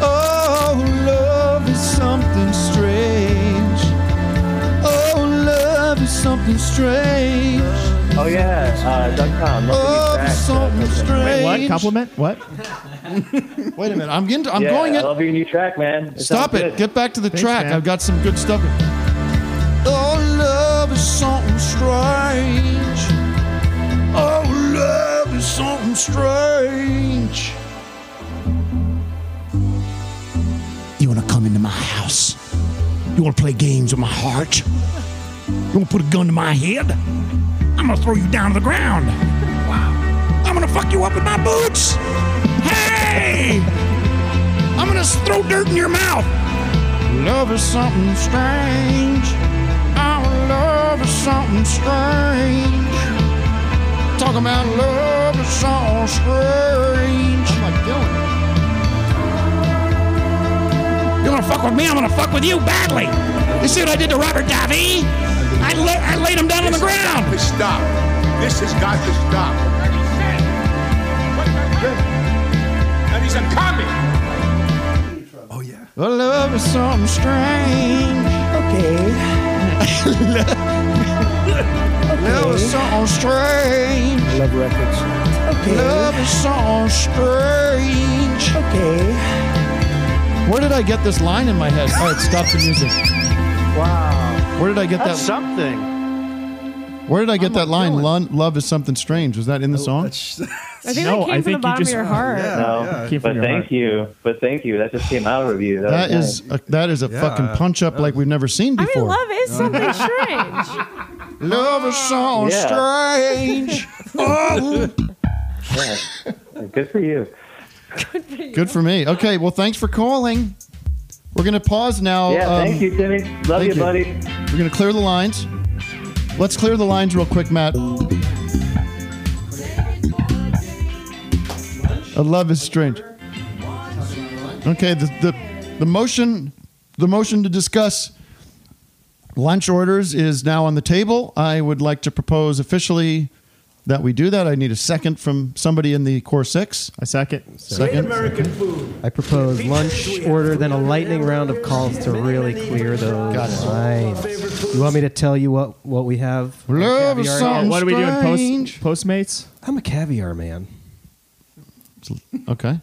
Oh, love is something strange. Oh, love is something strange. Oh yeah, uh, dot com. Love Love is something Oh, strange. Wait, what? Compliment? What? Wait a minute. I'm getting. I'm yeah, going I in. love your new track, man. It Stop sounds it. good. Get back to the Thanks, track. man. I've got some good stuff. Oh, love is something strange. Oh, love is something strange. You wanna come into my house? You wanna play games with my heart? You wanna put a gun to my head? I'm gonna throw you down to the ground. Wow. I'm gonna fuck you up with my boots. Hey! I'm gonna s- throw dirt in your mouth. Love is something strange. Our love is something strange. Talking about love is something strange. I'm like Dylan. You wanna fuck with me? I'm gonna fuck with you badly. You see what I did to Robert Davi? I, la- I laid him down on the ground. Stop. This has got to stop. And he's a comic. Oh, Well, love is something strange. Okay. love is something strange. Love records. Love is something strange. Okay. Where did I get this line in my head? All right, stop the music. Wow. Where did I get That's that? something. Where did I get that line? Lon- love is something strange. Was that in the song? I think that came from the bottom of your heart. no, Came from but your thank heart. you, but thank you. That just came out of you. That, That was is a, that is a fucking punch up like we've never seen I mean, before. love is something strange. Love is something strange. oh. uh, nice. Yeah. Good for you. Good for me. Okay, well, thanks for calling. We're gonna pause now. yeah, um, thank you, Timmy. Love thank you, buddy. We're gonna clear the lines. Let's clear the lines real quick, Matt. A love is strange. Okay, the, the the motion the motion to discuss lunch orders is now on the table. I would like to propose officially that we do that. I need a second from somebody in the core six. I second. Second. I propose lunch order, then a lightning round of calls to really clear those lines. You want me to tell you what, what we have? Love is Caviar? something What are we doing? Post- strange. Postmates? I'm a caviar man. Okay.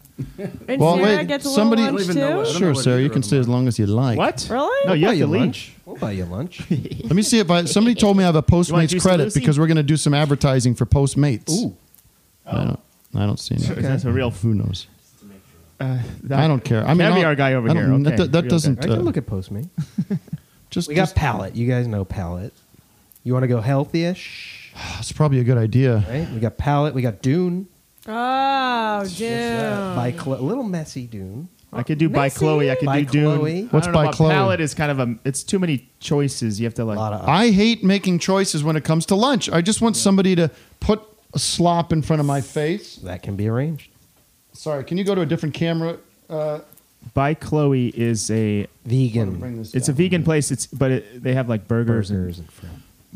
And well, Sarah wait. gets a little somebody, lunch, I don't even know too? what- I don't know sure, what Sarah, either you of can stay as long as you like. What? Really? No, you We'll have buy to leave. lunch. We'll buy you lunch. Let me see if I. Somebody told me I have a You want Postmates Juicy credit Lucy? because we're going to do some advertising for Postmates. Ooh. I don't. I don't see any. Okay. That's a real- Who knows? Uh, I don't care. I mean, caviar I'll- guy over I don't- here. Okay, that- that real doesn't, guy. uh, I can look at Postmate. just we got palette. You guys know palette. You want to go healthy-ish, That's probably a good idea. right? We got palette. We got Dune Oh, dude. by Chlo- a little messy Dune. I could do by Messy. Chloe. I could By do Dune. Chloe. I don't What's know by about Chloe? Palette is kind of a. It's too many choices. You have to like. I hate making choices when it comes to lunch. I just want somebody to put a slop in front of my face. That can be arranged. Sorry, can you go to a different camera? Uh, by Chloe is a Wanna bring vegan. this It's a vegan place. It's but it, they have like burgers, and,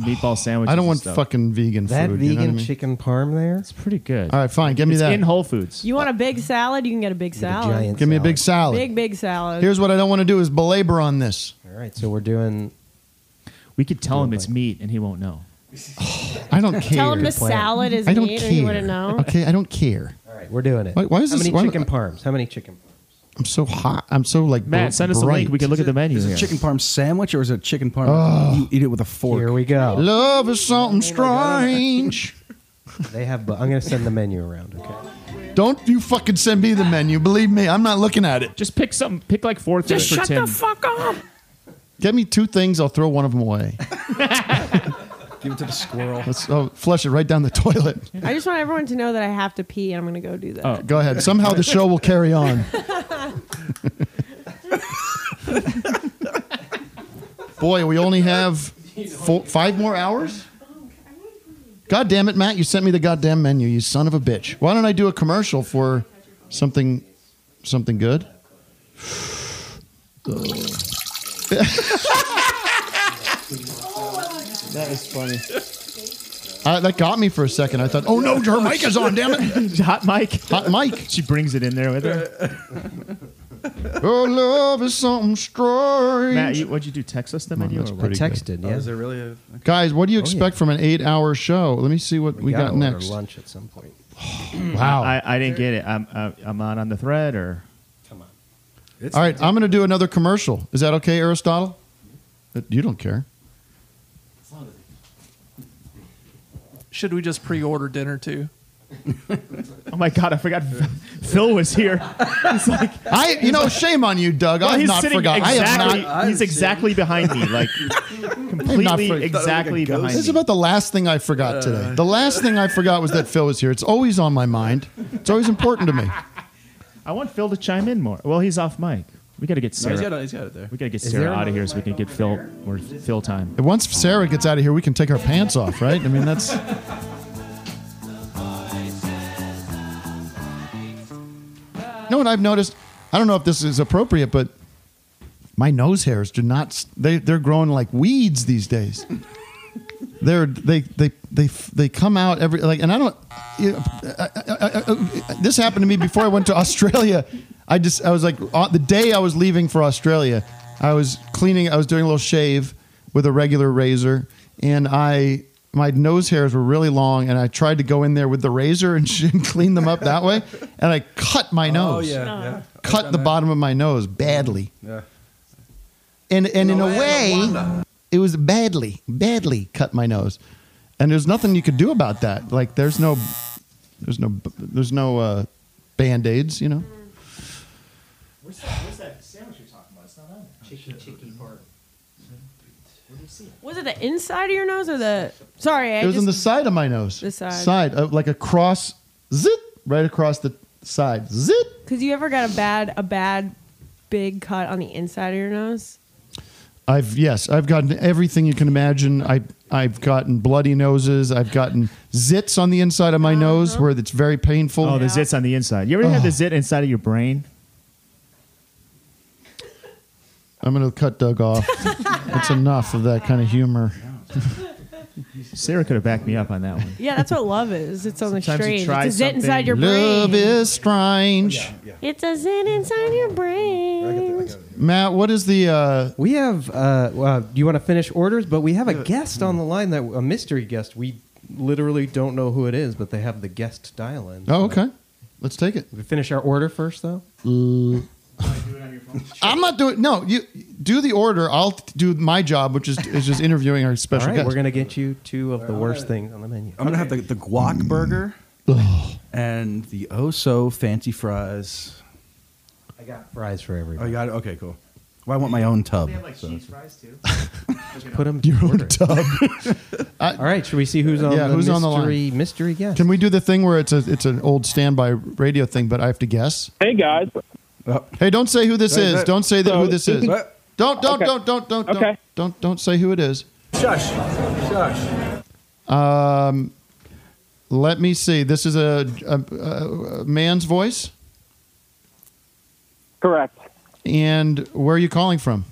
meatball sandwiches. I don't and want stuff. fucking vegan That food. vegan you know what I mean? chicken parm there. It's pretty good. All right, fine. Give me It's that. in Whole Foods. You want a big salad? You can get a big salad. Give me a big salad. Big, big salad. Here's what I don't want to do is belabor on this. All right, so we're doing. We could tell him it's meat and he won't know. I don't care. Tell him the salad is I don't meat, care. or he wouldn't know. Okay, I don't care. All right, we're doing it. Why- why is How this- many why- chicken parms? How many chicken? I'm so hot. I'm so like Matt, br- send us a bright. link. We can look at the menu Is it here. chicken parm sandwich or is it chicken parm? Oh. You eat it with a fork. Here we go. Love is something strange. They have. bu- I'm going to send the menu around. Okay. Don't you fucking send me the menu. Believe me, I'm not looking at it. Just pick something. Pick like four things for Tim. fuck up. Get me two things. I'll throw one of them away. Give it to the squirrel. Let's oh, flush it right down the toilet. I just want everyone to know that I have to pee, and I'm going to go Oh, do that. Go ahead. Somehow the show will carry on. Boy, we only have four, five more hours? God damn it, Matt. You sent me the goddamn menu, you son of a bitch. Why don't I do a commercial for something something good? That is funny. I, Uh, that got me for a second. I thought, oh no, her mic is on, damn it. Hot mic. Hot mic. She brings it in there with her. Your love is something strange. Matt, you, what'd you do? Text us the menu? that's or what? pretty I texted, good. yeah. Oh, is there really uh, a, Guys, what do you expect from an eight hour show? Let me see what we, got gotta order next. lunch at some point. Wow. I, I didn't get it. I'm, uh, I'm on on the thread or. All right, I'm going to do another commercial. Is that okay, Aristotle? Uh, You don't care. Should we just pre-order dinner too? Oh my God, I forgot Phil was here. He's like, I, you know, shame on you, Doug. No, I have he's not sitting forgotten. I Exactly, have not. he's exactly behind me. Like, completely, exactly behind This is me. about the last thing I Uh. forgot today. The last thing I forgot was that Phil was here. It's always on my mind. It's always important to me. I want Phil to chime in more. Well, he's off mic. We got to get No, Sarah. he's got it- he's got it there. We got to get Is Sarah there out of here so we can get Phil more Phil time. And Once Sarah gets out of here, we can take our pants off, right? I mean, that's. You know what I've noticed? I don't know if this is appropriate, but my nose hairs do not. They they're growing like weeds these days. They're they they they they come out every like, and I don't. You know, I, I, I, I- this happened to me before I went to Australia. I just I was like on the day I was leaving for Australia, I was cleaning. I was doing a little shave with a regular razor, and I my nose hairs were really long, and I tried to go in there with the razor and, sh- and clean them up that way, and I cut my Oh, nose. yeah, yeah. I've Cut done the that. bottom of my nose badly. Yeah. And and in a Luanda, way, Luanda. it was badly, badly cut my nose, and there's nothing you could do about that. Like there's no, there's no, there's no uh, band aids, you know. Where's that, where's that sandwich you're talking about? It's not on there. Oh, Chicky, chicky part. Where do you see it? Was it the inside of your nose or the? Sorry, I it was just, on the side of my nose. The side. Side, uh, like across, zip, right across the side, zip. Cause you ever got a bad a bad big cut on the inside of your nose? I've yes, I've gotten everything you can imagine. I I've gotten bloody noses. I've gotten zits on the inside of my Uh-huh. nose where it's very painful. Oh, the zits on the inside. You ever had the zit inside of your brain? I'm gonna cut Doug off. That's enough of that kind of humor. Sarah could have backed me up on that one. Yeah, that's what love is. It's on the Sometimes you strange. try It's a zit inside something- your Love brain. is Oh, strange. It's a zit inside your brain. Matt, what is the? Uh, we have. Uh, well, do you want to finish orders? But we have a guest on the line that a mystery guest. We literally don't know who it is, but they have the guest dial in. Oh, okay. Let's take it. We finish our order first, though. I'm not doing. No, you do the order. I'll do my job, which is is just interviewing our All special right, guest. we're gonna get you two of the worst things on the menu. I'm gonna have the, the Mm. guac burger and the oh so fancy fries. I got fries for everybody. I got it. Okay, cool. Well, I want my own tub. so- fries too. Just put them your own tub. All right, should we see who's on yeah, the who's mystery on the line? mystery guest? Can we do the thing where it's a it's an old standby radio thing, but I have to guess? Hey guys. Hey, don't say who this Hey, is. hey. Don't say that who So, this this is. is- Don't don't Okay. don't don't don't Okay. don't don't don't say who it is. Shush. Shush. Um, let me see. This is a, a, a, a man's voice. Correct. And where are you calling from?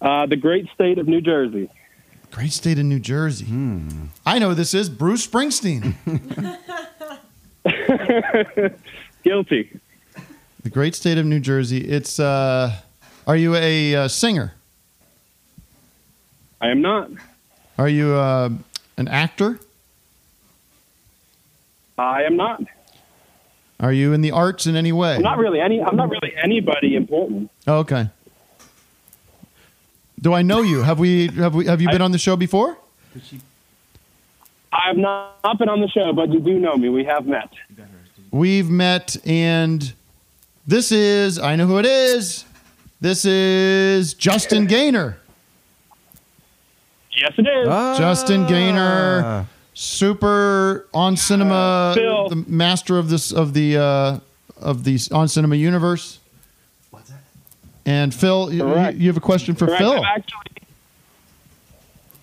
Uh, the great state of New Jersey. Great state of New Jersey. I know who this is Bruce Springsteen. Guilty. the great state of New Jersey. It's. Uh, are you a uh, singer? I am not. Are you uh, an actor? I am not. Are you in the arts in any way? I'm not really any. I'm not really anybody important. Oh, okay. Do I know you? Have we have we have you been on the show before? I have not not been on the show, but you do know me. We have met. We've met, and this is I know who it is. This is Justin Gaynor. Yes, it is. Justin Gaynor, super on cinema, Phil. the master of this of the uh, of the on cinema universe. What's And Phil, you, Correct. you have a question for Correct. Phil. I've actually,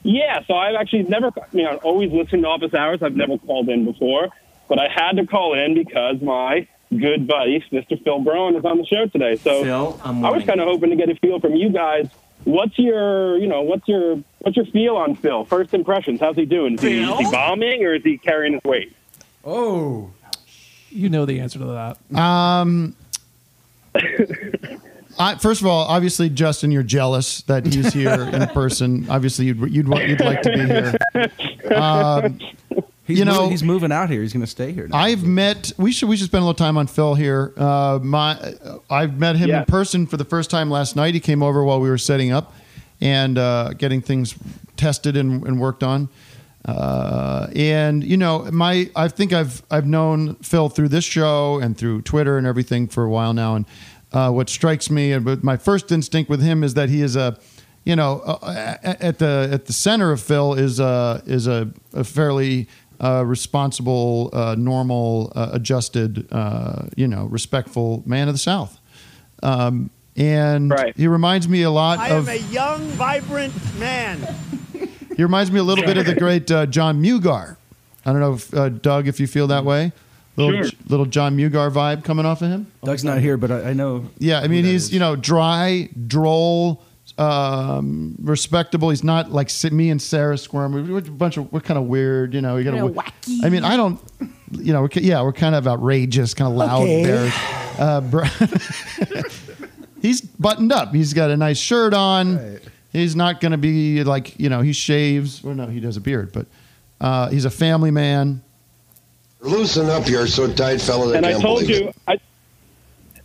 yeah, so I've actually never, you know, I've always listened to Office Hours. I've never called in before, but I had to call in because my good buddy, Mr. Phil Brown, is on the show today. So I was kind of hoping to get a feel from you guys. What's your, you know, what's your, what's your feel on Phil? First impressions? How's he doing? Is he, is he bombing or is he carrying his weight? Oh. You know the answer to that. Um, I, first of all, obviously, Justin, you're jealous that he's here in person. Obviously, you'd you'd, want, you'd like to be here. Um, He's you mo- know- he's moving out here. He's going to stay here. Now. I've met. We should we should spend a little time on Phil here. Uh, my, uh, I've met him in person for the first time last night. He came over while we were setting up and uh, getting things tested and, and worked on. Uh, and you know, my I think I've I've known Phil through this show and through Twitter and everything for a while now. And uh, what strikes me, and but my first instinct with him is that he is a you know, uh, a- at the at the center of Phil is a is a, a fairly uh, responsible, uh, normal, uh, adjusted, uh, you know, respectful man of the South, um, and he reminds me a lot I of am a young, vibrant man. he reminds me a little bit of the great uh, John Mugar. I don't know, if, uh, Doug, if you feel that way, little Sure. little John Mugar vibe coming off of him. Doug's not here, but I, I know. Yeah, I mean he's you know dry, droll, um, respectable. He's not like si- me and Sarah Squirm. We're, we're a bunch of we're kind of weird, you know. You got Kinda I mean, I don't. You know, we're, ki- yeah, we're kind of outrageous, kind of loud, Okay. bears. Uh, br- he's buttoned up. He's got a nice shirt on. He's not going to be like you know. He shaves. Well, no, he does a beard, but uh, he's a family man. Loosen up, you're so tight, fella. That and I can't told believe you, I,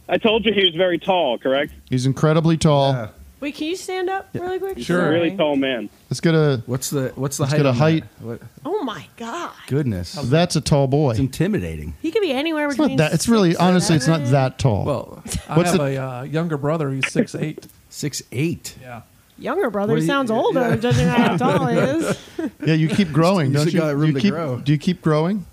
I told you he was very tall, correct? He's incredibly tall. Wait, can you stand up really quick? He's a really tall man. Let's get a what's the what's the let's height? get a on height. that? What, Oh my god, goodness, that's a tall boy. It's intimidating. he could be anywhere It's not between. that. It's really honestly, it's not that tall. Well, I have a uh, younger brother who's six eight. Six eight. Yeah. Younger brother What do you- sounds older, yeah. judging by how tall he is. Yeah, you keep growing, You don't still you? got Do room you to keep, grow. Do you keep growing?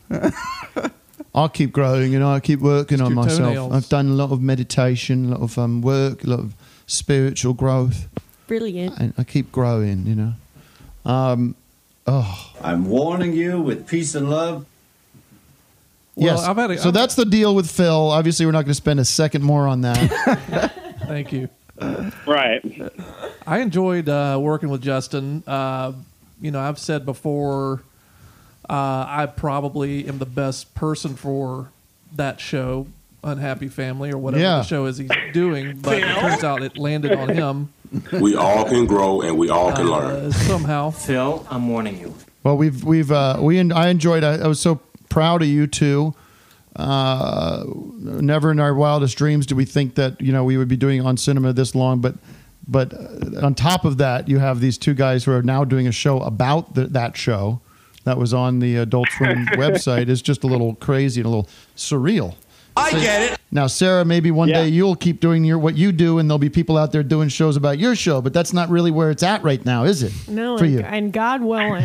I'll keep growing, you know. I keep working on your myself. toenails. I've done a lot of meditation, a lot of um, work, a lot of spiritual growth, Brilliant. and I keep growing, you know. Um, oh, I'm warning you with peace and love. yes. I've had a- so I've- that's the deal with Phil. Obviously, we're not going to spend a second more on that. Thank you. Right. I enjoyed uh, working with Justin. Uh, you know, I've said before, uh, I probably am the best person for that show, Unhappy Family, or whatever Yeah. the show is he's doing. But it turns out it landed on him We all can grow and we all can learn. uh, somehow. Phil, I'm warning you. well, we've we've uh, we en- I enjoyed. I, I was so proud of you two. Uh, never in our wildest dreams did we think that you know we would be doing on cinema this long, but but uh, on top of that, you have these two guys who are now doing a show about th that show that was on the Adult Swim website. It's just a little crazy and a little surreal. I get it. Now, Sarah, maybe one day you'll keep doing your what you do, and there'll be people out there doing shows about your show. But that's not really where it's at right now, is it? No, for and, you. and God willing,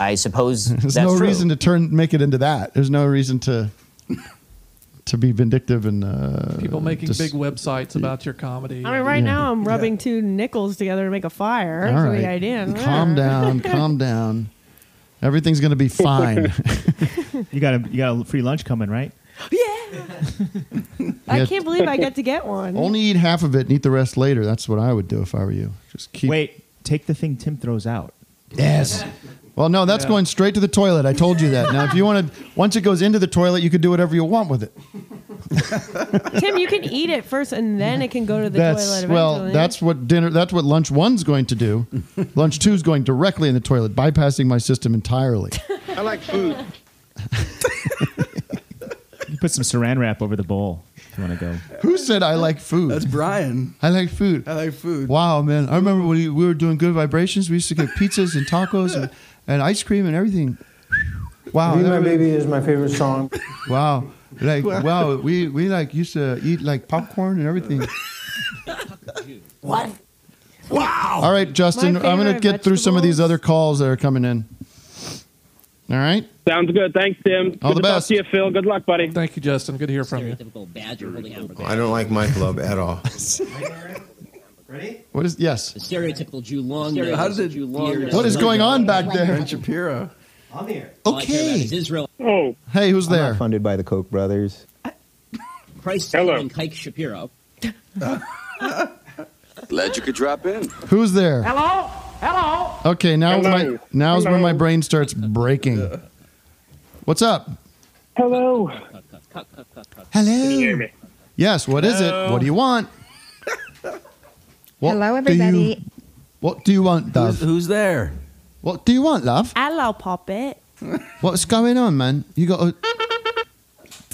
I suppose There's that's no true. reason to turn make it into that. There's no reason to to be vindictive and uh, People making dis- big websites about your comedy. I mean, right now I'm rubbing two nickels together to make a fire. All That's right. the idea. Calm down, calm down. Everything's going to be fine. you got a you got a free lunch coming, right? I Yeah. can't believe I get to get one. Only eat half of it and eat the rest later. That's what I would do if I were you. Just keep. Wait, take the thing Tim throws out. Yes. Well, no, that's Yeah. going straight to the toilet. I told you that. Now, if you want to, once it goes into the toilet, you can do whatever you want with it. Tim, you can eat it first, and then it can go to the that's toilet. Eventually. well, that's what dinner. That's what lunch one's going to do. lunch two's going directly in the toilet, bypassing my system entirely. I like food. you put some saran wrap over the bowl if you want to go. Who said I like food? That's Brian. I like food. I like food. Wow, man! I remember when we- we were doing Good Vibrations. We used to get pizzas and tacos and, and ice cream and everything. Wow! Be that My was- Baby is my favorite song. Wow! Like wow! We we like used to eat like popcorn and everything. What? All right, Justin, My I'm going to favorite get through some of these other calls that are coming in. All right. Sounds good. Thanks, Tim. All good to talk the best. to you, Phil. Good luck, buddy. Thank you, Justin. Good to hear from you. I don't like my club at all. What is yes? The stereotypical Jew long. How did Jew long What is going on back there? Ben Shapiro. I'm here. Okay. Israel. Oh. Hey, who's there? funded by the Koch brothers. Christ Hello. Kike Shapiro. Glad you could drop in. Who's there? Hello? Hello? Okay, now Hello. my now is Hello. when my brain starts breaking. What's up? Hello. Hello. Can you hear me? Yes. What is Hello. it? What do you want? What Hello, do you- everybody. what do you want, love? Who's, there? What do you want, love? Hello, Poppet. What's going on, man? You got a,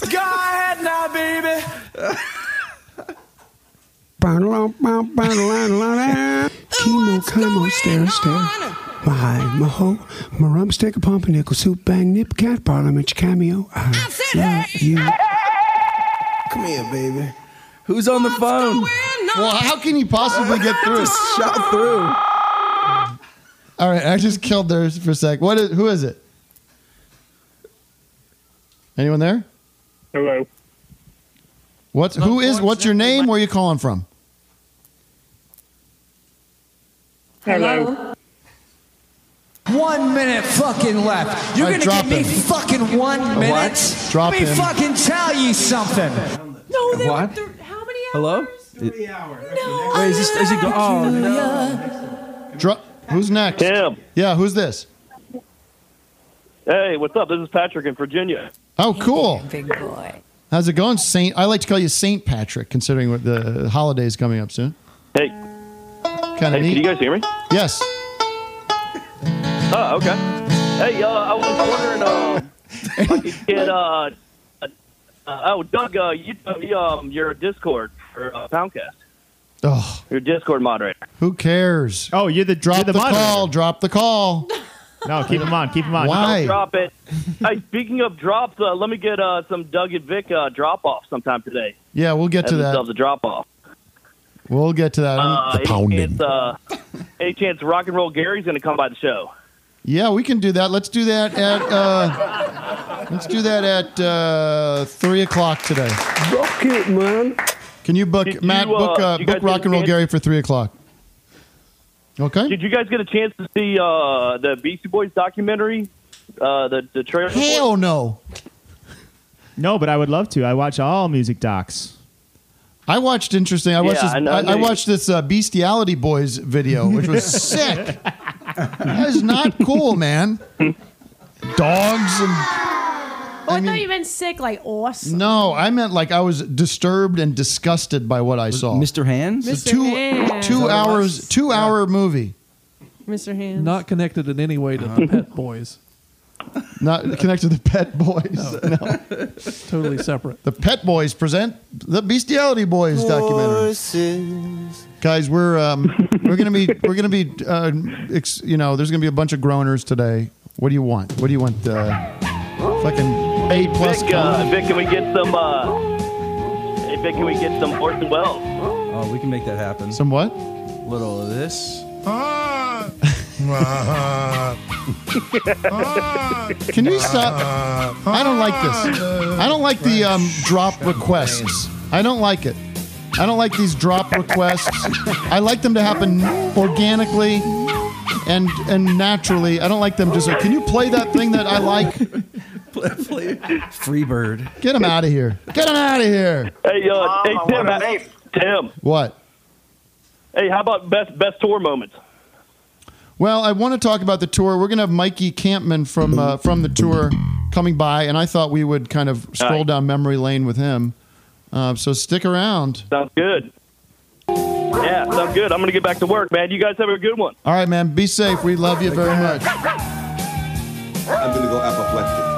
Go ahead now, baby. Chemo, chemo, stare, stare. My, maho, my rum stick, a pump, nickel soup, bang, nip, cat, parliament, cameo. I, love you. Come here, baby. Who's on the phone? Well, how can you possibly get through? Just shot through. All right, I just killed theirs for a sec. What is? Who is it? Anyone there? Hello. What's who is? What's your name? Where are you calling from? Hello. One minute fucking left. You're All right, gonna drop give me him. fucking one minute. Drop Let me him. fucking tell you something. No, there What? Hello? Three hours. No. Wait, is, this, is it go- Oh, no. Dro- who's next? Tim. Yeah, who's this? Hey, what's up? This is Patrick in Virginia. Oh, cool. Big boy. How's it going, Saint? I like to call you Saint Patrick, considering what the holidays coming up soon. Hey. Kind of hey, neat. can you guys hear me? yes. Oh, okay. Hey, uh, I was wondering uh, if I could get uh, uh, oh Doug, uh, you you, um your Discord for uh, Poundcast, Oh, your Discord moderator. who cares? Oh, you're the drop you're the moderator. call. Drop the call. No, keep him on, keep him on. Why? drop it. hey, speaking of drops, uh, let me get uh, some Doug and Vic uh, drop off sometime today. Yeah, we'll get to Have that. Themselves a drop off. We'll get to that. Um, Uh, The pounding. Any chance, uh, any chance Rock and Roll Gary's going to come by the show? Yeah, we can do that. Let's do that at uh, let's do that at uh, three o'clock today. Book it, man. Can you book Did Matt? you, uh, book uh, you book guys Rock and Roll get- Gary for three o'clock. Okay. Did you guys get a chance to see uh, the Beastie Boys documentary? Uh, the the trailer. Hell no. No, but I would love to. I watch all music docs. I watched interesting. I watched Yeah, this. I know. I, I watched this uh, Bestiality Boys video, which was sick. That is not cool, man. Dogs and Oh, I, thought you meant sick, like awesome. no, I meant like I was disturbed and disgusted by what I saw. Mr. Hands, Mr. two Hands. Is that two what it hours, two hour movie, Mr. Hands. Not connected in any way to the Pet Boys. Uh-huh. not connected to the Pet Boys. No. Totally separate. The Pet Boys present the Bestiality Boys documentary. Guys, we're um, we're gonna be we're gonna be uh, ex- you know there's gonna be a bunch of groaners today. What do you want? What do you want? Uh, fucking A plus. Vic, uh, Vic, can we get some? Uh, hey, Vic, can we get some Orson Welles? Oh, we can make that happen. Some what? Little of this. Uh-huh. Can you stop? I don't like this. I don't like the um, drop requests. I don't like it. I don't like these drop requests. I like them to happen organically and and naturally. I don't like them just like, can you play that thing that I like? Freebird. Get him out of here. Get him out of here. Hey, uh, hey Tim, how, Tim. What? Hey, how about best best tour moments? Well, I want to talk about the tour. We're going to have Mikey Campman from uh, from the tour coming by, and I thought we would kind of scroll Nice. down memory lane with him. Uh, so stick around. Sounds good. Yeah, sounds good. I'm gonna get back to work, man. You guys have a good one. All right, man. Be safe. We love you very much. I'm gonna go apoplectic.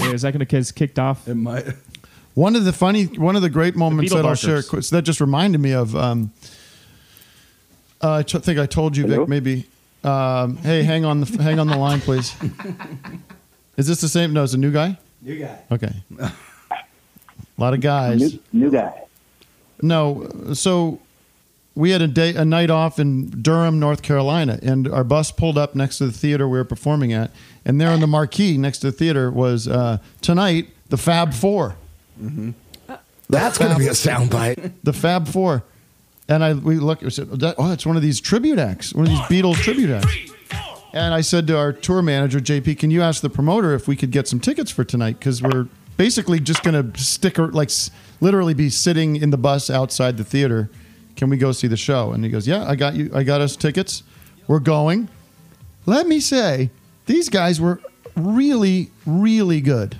Wait, is that going to get us kicked off? It might. One of the funny, one of the great moments Beetle that I'll share. Barkers. qu- so That just reminded me of. Um, uh, I t- think I told you, Vic. Maybe. Um, hey, hang on the hang on the line, please. Is this the same? No, it's a new guy. New guy. Okay. A lot of guys. New guy. No, so we had a day a night off in Durham, North Carolina, and our bus pulled up next to the theater we were performing at, and there on the marquee next to the theater was uh, tonight the Fab 4 Mm-hmm. Uh, That's gonna be a soundbite. The Fab Four, and I we looked. We said, "Oh, it's one of these tribute acts, one of these Beatles tribute acts." and I said to our tour manager JP, "Can you ask the promoter if we could get some tickets for tonight? Because we're basically just going to stick or like s- literally be sitting in the bus outside the theater. Can we go see the show?" And he goes, "Yeah, I got you. I got us tickets. We're going." Let me say, these guys were really, really good.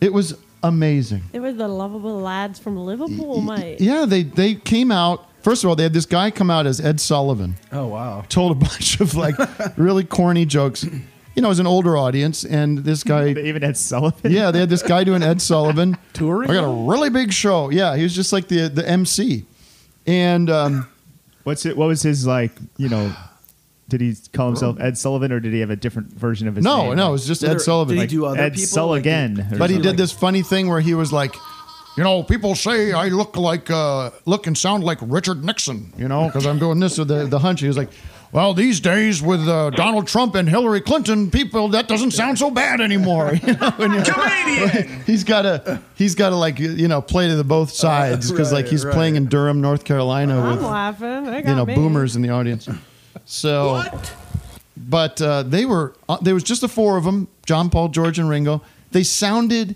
It was amazing. They were the lovable lads from Liverpool, mate. Yeah, they they came out. First of all, they had this guy come out as Ed Sullivan. Oh wow! Told a bunch of like really corny jokes. You know, it was an older audience, and this guy they even Ed Sullivan. Yeah, they had this guy doing Ed Sullivan Touring? I got a really big show. Yeah, he was just like the the MC, and um, What's it? What was his like? You know, did he call himself Ed Sullivan or did he have a different version of his no, name? no, it was just Ed Sullivan. Like Ed Sullivan. or but he something. did this funny thing where he was like, You know, people say I look like, uh, look and sound like Richard Nixon, you know, because I'm doing this with the, the hunch. He was like, well, these days with uh, Donald Trump and Hillary Clinton, people, that doesn't sound so bad anymore. You know? And you're- he's got to he's got to like you know play to the both sides because like he's right. playing in Durham, North Carolina I'm with laughing. They got you know me. boomers in the audience. So, but uh, they were uh, there was just the four of them: John, Paul, George, and Ringo. They sounded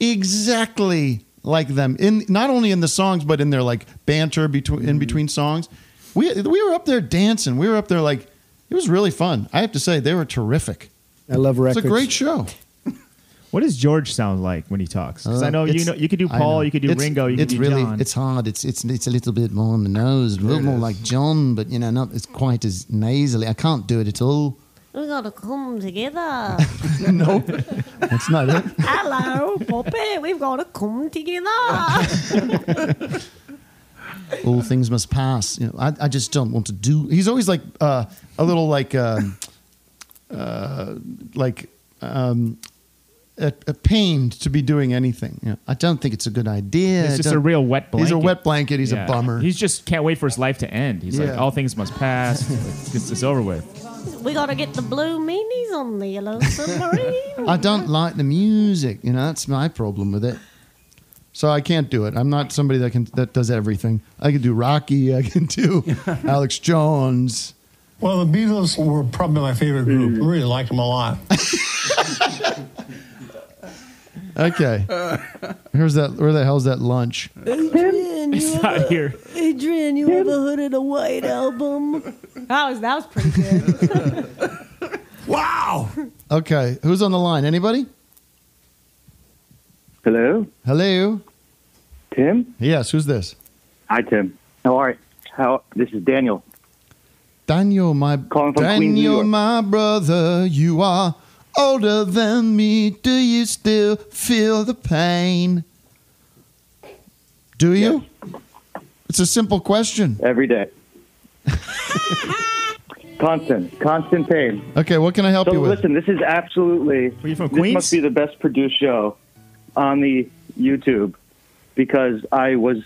exactly like them in not only in the songs but in their like banter between Mm-hmm. in between songs. We we were up there dancing. We were up there like it was really fun. I have to say they were terrific. I love It's a great show. Uh, What does George sound like when he talks? Because I know you It's- know you could do I Paul, know. you could do It's- Ringo, you could it's do really, John. It's hard. It's it's it's a little bit more on the nose, a little more like John, but you know, not it's quite as nasally. I can't do it at all. We gotta come together. no, that's not it. Hello, Poppy. We've gotta come together. All things must pass. You know, I, I just don't want to do. He's always like uh, a little like um, uh, like um, a, a pained to be doing anything. You know, I don't think it's a good idea. He's I just don't- a real wet He's a blanket. wet blanket. He's Yeah. a bummer. He's just can't wait for his life to end. He's like, Yeah. all things must pass. it's, it's over with. we gotta get the blue meanies on the yellow submarine. I don't like the music. You know, that's my problem with it. So I can't do it. I'm not somebody that can that does everything. I can do Rocky. I can do Alex Jones. Well, the Beatles were probably my favorite group. I really liked them a lot. Okay. Where's that? Where the hell's that lunch? Adrian, It's have not a- here. Adrian, you ever heard of the White Album? That was that was pretty good. Wow. Okay. Who's on the line? Anybody? Hello? Hello. Tim? Yes. Who's this? Hi, Tim. How are you? How, this is Daniel. Daniel, my Calling from Queens, New Daniel, York. my brother, you are older than me. Do you still feel the pain? Do you? It's a simple question. Every day. constant, constant pain. Okay, what can I help so you with? listen, this is absolutely. This must be the best produced show on the YouTube because I was.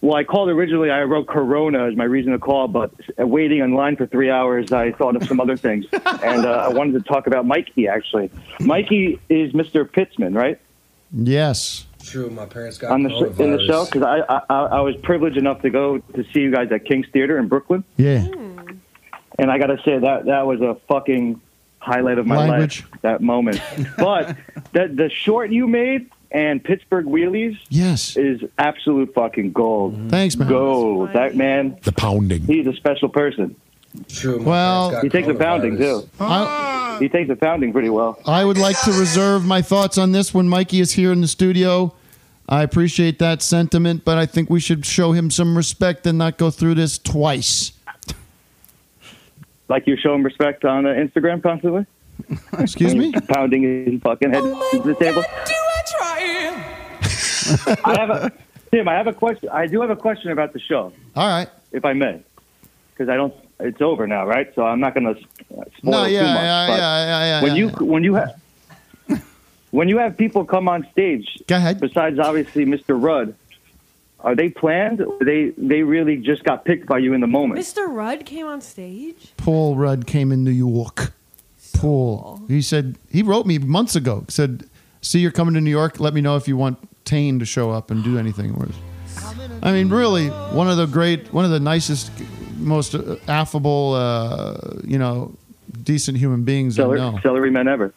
Well, I called originally. I wrote Corona as my reason to call, but waiting in line for three hours, I thought of some other things, and uh, I wanted to talk about Mikey. Actually, Mikey is Mr. Pittsman, right? Yes. True. My parents got on the sh- in the show because I, I I I was privileged enough to go to see you guys at King's Theater in Brooklyn, Yeah. and I got to say that that was a fucking highlight of my Language. life that moment. but the the short you made and Pittsburgh Wheelies, yes, Mm-hmm. is absolute fucking gold. Thanks, man. Gold. That man, The pounding. he's a special person. True. Well- he takes the pounding too. he takes the pounding pretty well. I would like to reserve my thoughts on this when Mikey is here in the studio. I appreciate that sentiment, but I think we should show him some respect and not go through this twice. Like you show him respect on uh, Instagram constantly. Excuse me. Pounding his fucking head into the table. I have a Tim. I have a question. I do have a question about the show. All right. If I may, because I don't. It's over now, right? So I'm not going to spoil No, too yeah, much. yeah, but yeah, yeah, yeah, When yeah, you when you have when you have people come on stage, go ahead. Besides, obviously, Mr. Rudd, Are they planned? Or they they really just got picked by you in the moment. Mr. Rudd came on stage. Paul Rudd came in New York. Paul. He said he wrote me months ago. Said, "See, you're coming to New York. Let me know if you want Tane to show up and do anything." Or- I mean, really, one of the great, one of the nicest, most affable, uh, you know, decent human beings Celery, I know. celery men ever.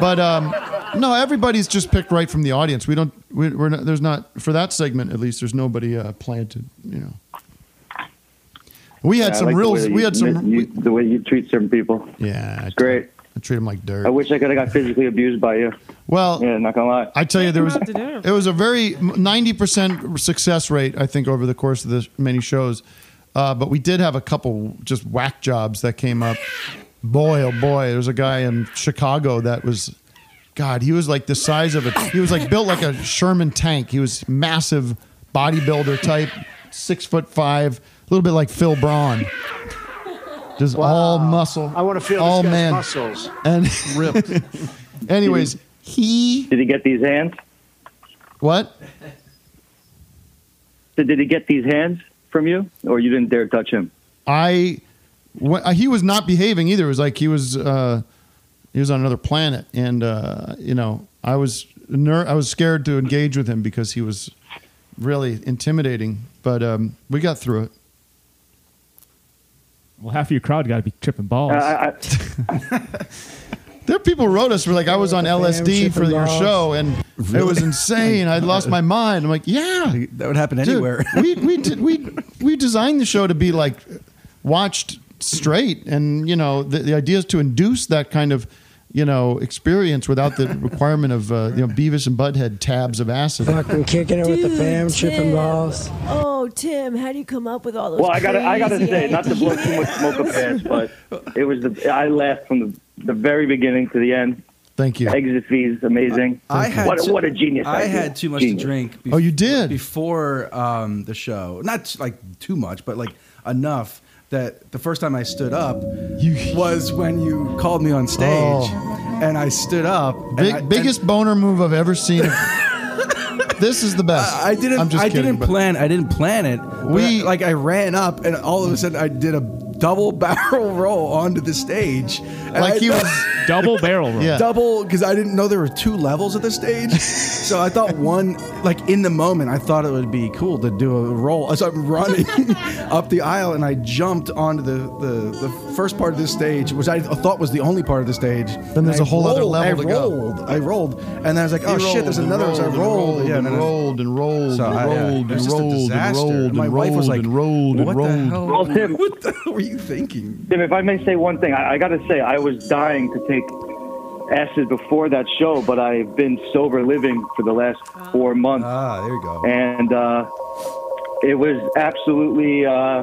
But um, no, everybody's just picked right from the audience. We don't. We, we're not. There's not for that segment at least. There's nobody uh, planted. You know. We had Yeah, I some like the real. way that We you- had some. you- the way you treat certain people. Yeah, it's great. I treat them like dirt. I wish I could have got physically abused by you. Well, yeah, not gonna lie. I tell you, there was Nothing to it was a very ninety percent success rate. I think over the course of the many shows, uh, but we did have a couple just whack jobs that came up. Boy, oh boy, there was a guy in Chicago that was, God, he was like the size of a, he was like built like a Sherman tank. He was massive bodybuilder type, six foot five, a little bit like Phil Braun. Just all muscle. I want to feel this all guy's man. muscles. And ripped. Anyways, he did he get these hands? What? Did, did he get these hands from you, or you didn't dare touch him? I, wh- he was not behaving either. It was like he was uh, he was on another planet, and uh, you know, I was ner- I was scared to engage with him because he was really intimidating. But um, we got through it. Well, half of your crowd got to be tripping Uh, balls. I, There are people who wrote us were like I was on LSD for your show and it was insane. I lost my mind. I'm like, yeah, that would happen anywhere. we we did we we designed the show to be like watched straight, and you know the, the idea is to induce that kind of you know experience without the requirement of uh, you know Beavis and Butthead tabs of acid. Fucking kicking it with the fam, chipping balls. Oh, Tim, how do you come up with all those? Well, I gotta, I gotta crazy say, not to blow too much smoke up pants, but it was the I laughed from the, the very beginning to the end. Thank you. Exit fees, amazing. what, too- what a genius! I idea. had too much Genius. to drink. oh, you did before um, the show. Not like too much, but like enough that the first time I stood up was when you called me on stage, and I stood up. Oh. Big, and I, biggest boner move I've ever seen. this is the best. I didn't. I'm just I kidding, didn't but- plan. I didn't plan it. We like I ran up, and all of a sudden I did a double barrel roll onto the stage. And Like I he was- double barrel roll. Yeah. Double because I didn't know there were two levels at the stage, so I thought one like in the moment I thought it would be cool to do a roll. So I'm running up the aisle and I jumped onto the, the the first part of the stage, which I thought was the only part of the stage. Then there's And a whole I other rolled- level I to go. rolled, I rolled, and then I was like, He oh shit, there's rolled and another. so I rolled and rolled, rolled yeah, and then I- rolled and rolled So and I- yeah, rolled it was and just a rolled and disaster. rolled My and wife was rolled like, and rolled and what the rolled." hell? Well, Tim- what the hell were you thinking? Tim, if I may say one thing, I, I got to say I was dying to take acid before that show, but I've been sober living for the last four months. Ah, there you go. And uh, it was absolutely, uh,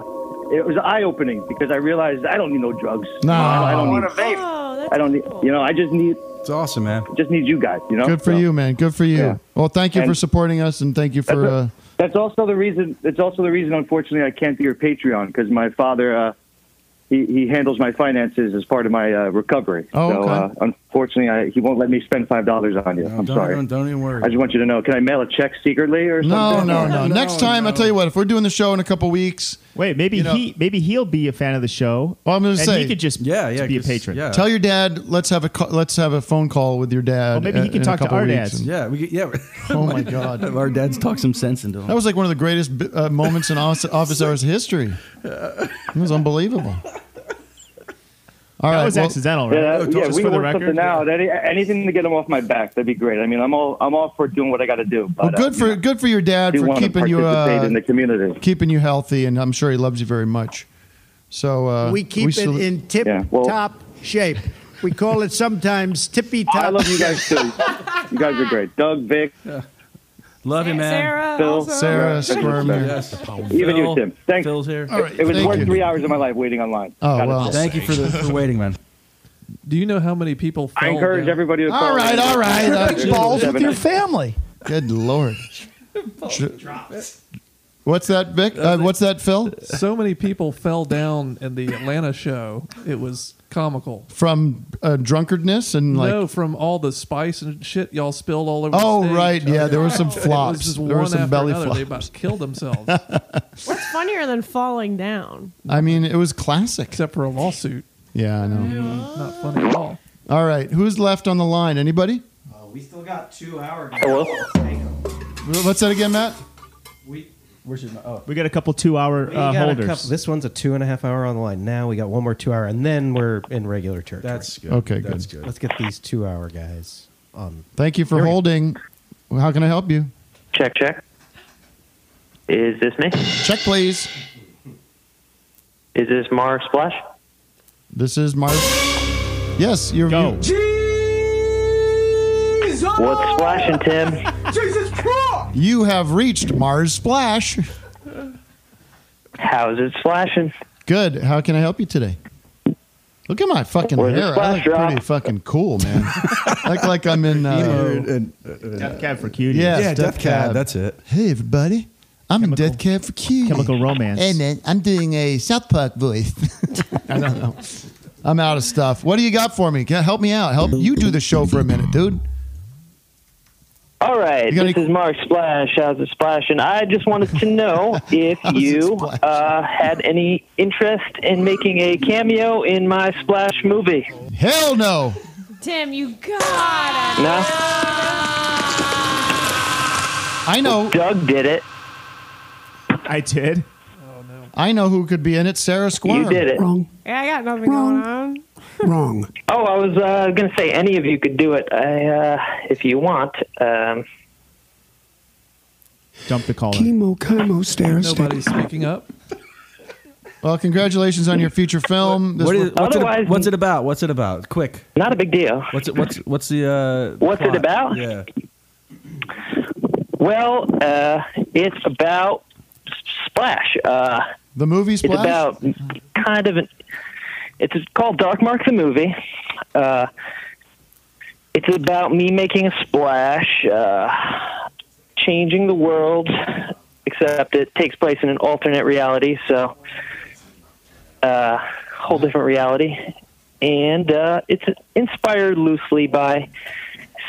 it was eye opening because I realized I don't need no drugs. No. I don't, I don't What need I don't need, you know, I just need. It's awesome, man. Just need you guys, you know. Good for So- you, man. Good for you. Yeah. Well, thank you for And- supporting us, and thank you for. Uh, That's, that's also the reason. That's also the reason. Unfortunately, I can't do your Patreon because my father, uh, he he handles my finances as part of my uh, recovery. Oh, so okay. uh, unfortunately, I, he won't let me spend five dollars on you. I'm don't sorry. Even, don't even worry. I just want you to know. Can I mail a check secretly or no, something? no, no, Next time, I'll tell you what. If we're doing the show in a couple weeks, Wait, maybe You know- he maybe he'll be a fan of the show. Well, I'm gonna and say- he could just yeah, yeah, be a 'cause- patron. yeah. tell your dad let's have a co- let's have a phone call with your dad. maybe he uh, can in a talk to couple our weeks dads. and- Yeah, we get, yeah. Oh my God. our dads talk some sense into him. That was like one of the greatest bi- uh, moments in office, office hours history. It was unbelievable. All right, That was well- accidental, right? Yeah, Oh, yeah, just we for can the work record. something out. Any, anything to get him off my back, that'd be great. I mean, I'm all I'm all for doing what I got to do. But, Well, uh, good you for know, good for your I dad do for wanna keeping you participate uh, in the community. keeping you healthy, and I'm sure he loves you very much. So uh, we keep it salute- in tip top shape. We call it sometimes tippy top. I love you guys too. You guys are great. Doug, Vic, Love you, man. Sarah Phil, also. Sarah Squirmer. Yes. Even you, Phil. Tim. Thanks. Phil's here. All right, it was thank worth you. three hours of my life waiting online. Oh, Gotta say. well. Thank you for the for waiting, man. Do you know how many people? I fell encourage down- everybody to call. All right, all right. uh, Balls with your family. Good lord. Sh- What's that, Vic? Uh, what's that, Phil? So many people fell down in the Atlanta show. It was comical. From uh, drunkardness and like. no, from all the spice and shit y'all spilled all over. Oh, the stage. right, yeah, there were some It was flops. just There were one some after belly another. They flops. about killed themselves. What's funnier than falling down? I mean, it was classic. Except for a lawsuit. Yeah, I know. Not funny Oh. at all. All right, who's left on the line? Anybody? Uh, we still got two hours. What's that again, Matt? Where's your? Oh, We got a couple two-hour We got a couple- this one's a two and a half hour on the line. Now we got one more two hour, and then we're in regular territory. That's good. Okay, That's good. good. Let's get these two hour guys on. Thank you for holding. Well, How can I help you? Check, check. Is this me? Check, please. Is this Mars Splash? This is Mark. Yes, you're. Go. What's splashing, Tim? Jesus Christ! You have reached Mars Splash. How's it splashing? Good. How can I help you today? Look at my fucking Where's the hair. I splash look drop? pretty fucking cool, man. I look like I'm in. Uh, Death Cab for Cuties. Yes, it. Hey, everybody. I'm in Death Cab for Cuties. Chemical Romance. Hey, man. I'm doing a South Park voice. I don't know. I'm out of stuff. What do you got for me? Can- Help me out. Help you do the show for a minute, dude. All right, this is Mark Splash. How's it splashing? I just wanted to know if you uh, had any interest in making a cameo in my Splash movie. Hell no. Tim, you gotta. No. I know. Doug did it. I did. I know who could be in it. Sarah Squirm. Wrong. Yeah, I got nothing going on. Wrong. Oh, I was uh, going to say any of you could do it I, uh, if you want. Um, Jump the call. Chemo, chemo, stare, stare. Nobody's speaking up. Well, congratulations on your feature film. What is, what's, Otherwise- it, what's it about? What's it about? Quick. Not a big deal. What's it? What's what's the? Uh, What's it plot? about? Yeah. well, uh, it's about Splash. Uh, the movie It's Splash? about kind of an. It's called Dark Mark the movie. Uh, it's about me making a splash, uh, changing the world, except it takes place in an alternate reality, so uh, whole different reality. And uh, it's inspired loosely by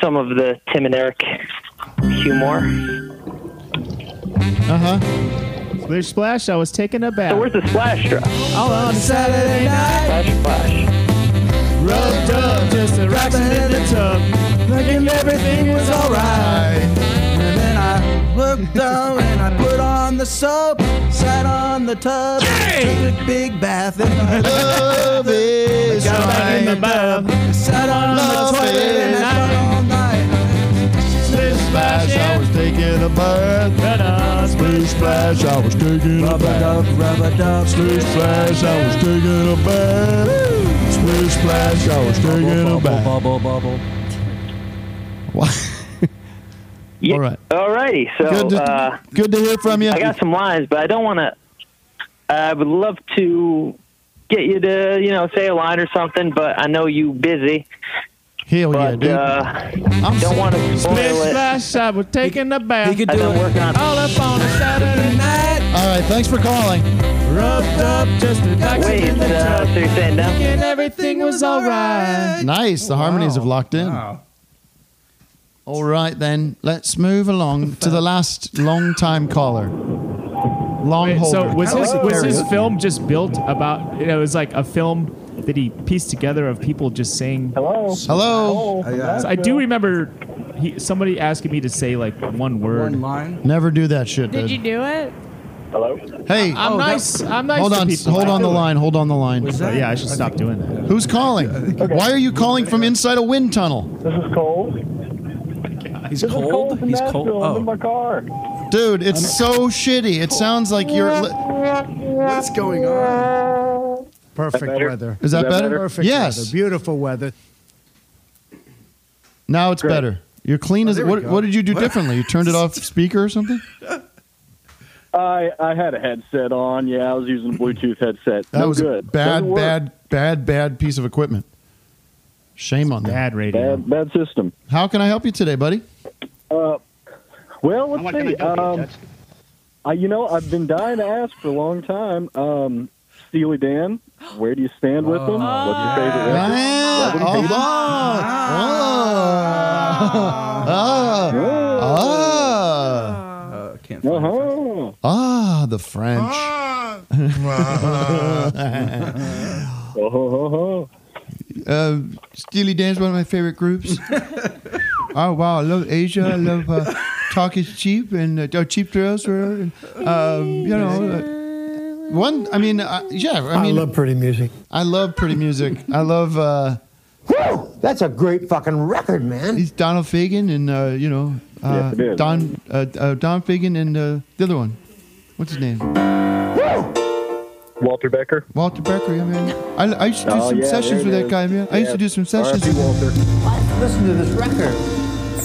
some of the Tim and Eric humor. Uh huh. There's Splash. I was taking a bath. So where's the splash drop? All on Saturday night. Splash, splash. Rubbed up, just a rocks in the tub. Thinking everything was alright. And then I looked down and I put on the soap, sat on the tub, took a big bath, and I love is got back in the tub, sat on Love the toilet, is and I sat all night. Splish splash, I was taking a bath. Splish splash, I was taking a bath. Rubber dub, Splish splash, I was taking a bath. Splish splash, I was taking a bath. Bubble, bubble. What? All right. Alrighty, so Good to- uh, good to hear from you. I got some lines, but I don't want to. I would love to get you to you know say a line or something, but I know you busy. Hell but, yeah, dude! Uh, don't want to spoil Splish it. Splash. I was taking a bath. could I've been working on. All up on a Saturday night. All right, thanks for calling. Rubbed up, just a rocks Wait, in the uh, tub. so you're saying no? Thinking everything was alright. Nice, the harmonies have locked in. Wow. All right, then let's move along to the last long time caller. Long Wait, holder. so was his was his Karaoke. film just built about? You know, it was like a film that he pieced together of people just saying. Hello. Hello. uh, I do remember he, somebody asking me to say like one word. One line. Never do that shit, Did dude. you do it? Hello. Hey, I'm oh, nice. I'm nice. hold to on, people. hold I on the do it. line. Hold on the line. Oh, But yeah, I should stop doing that. Who's calling? Why are you calling from inside a wind tunnel, This is cold. He's cold. He's cold. Oh, my car. dude? It's so shitty. It sounds like you're. Li- What's going on? Perfect better? weather. Is that better? Perfect Yes. weather. Beautiful weather. now it's better. You're clean as. there we What, go. what did you do differently? You turned it off speaker or something? I I had a headset on. Yeah, I was using a Bluetooth headset. That was a bad, bad, bad, bad piece of equipment. Shame on that. Bad radio. bad system. How can I help you today, buddy? Uh, well, let's see. Um, I, you know, I've been dying to ask for a long time. Um, Steely Dan, where do you stand with them? Oh. What's your favorite record? Love 'em, hate 'em? Ah, ah, Uh, can't uh-huh. ah, the French. Ah. Oh. uh, Steely Dan's one of my favorite groups. oh wow, I love Asia. I love uh, Talk is Cheap and uh, oh, Cheap Thrills. Were, um, you know, uh, one. I mean, uh, yeah. I I mean, love pretty music. I love pretty music. I love. Uh, That's a great fucking record, man. He's Donald Fagen and uh, you know Yes, uh, it is. Don uh, uh, Don Fagen and uh, the other one. What's his name? Walter Becker. Walter Becker, yeah, man. I, I used to do Oh, some yeah, there sessions with it that is. guy, man. I used Yeah. to do some sessions. R.I.P. Walter. Listen to this record.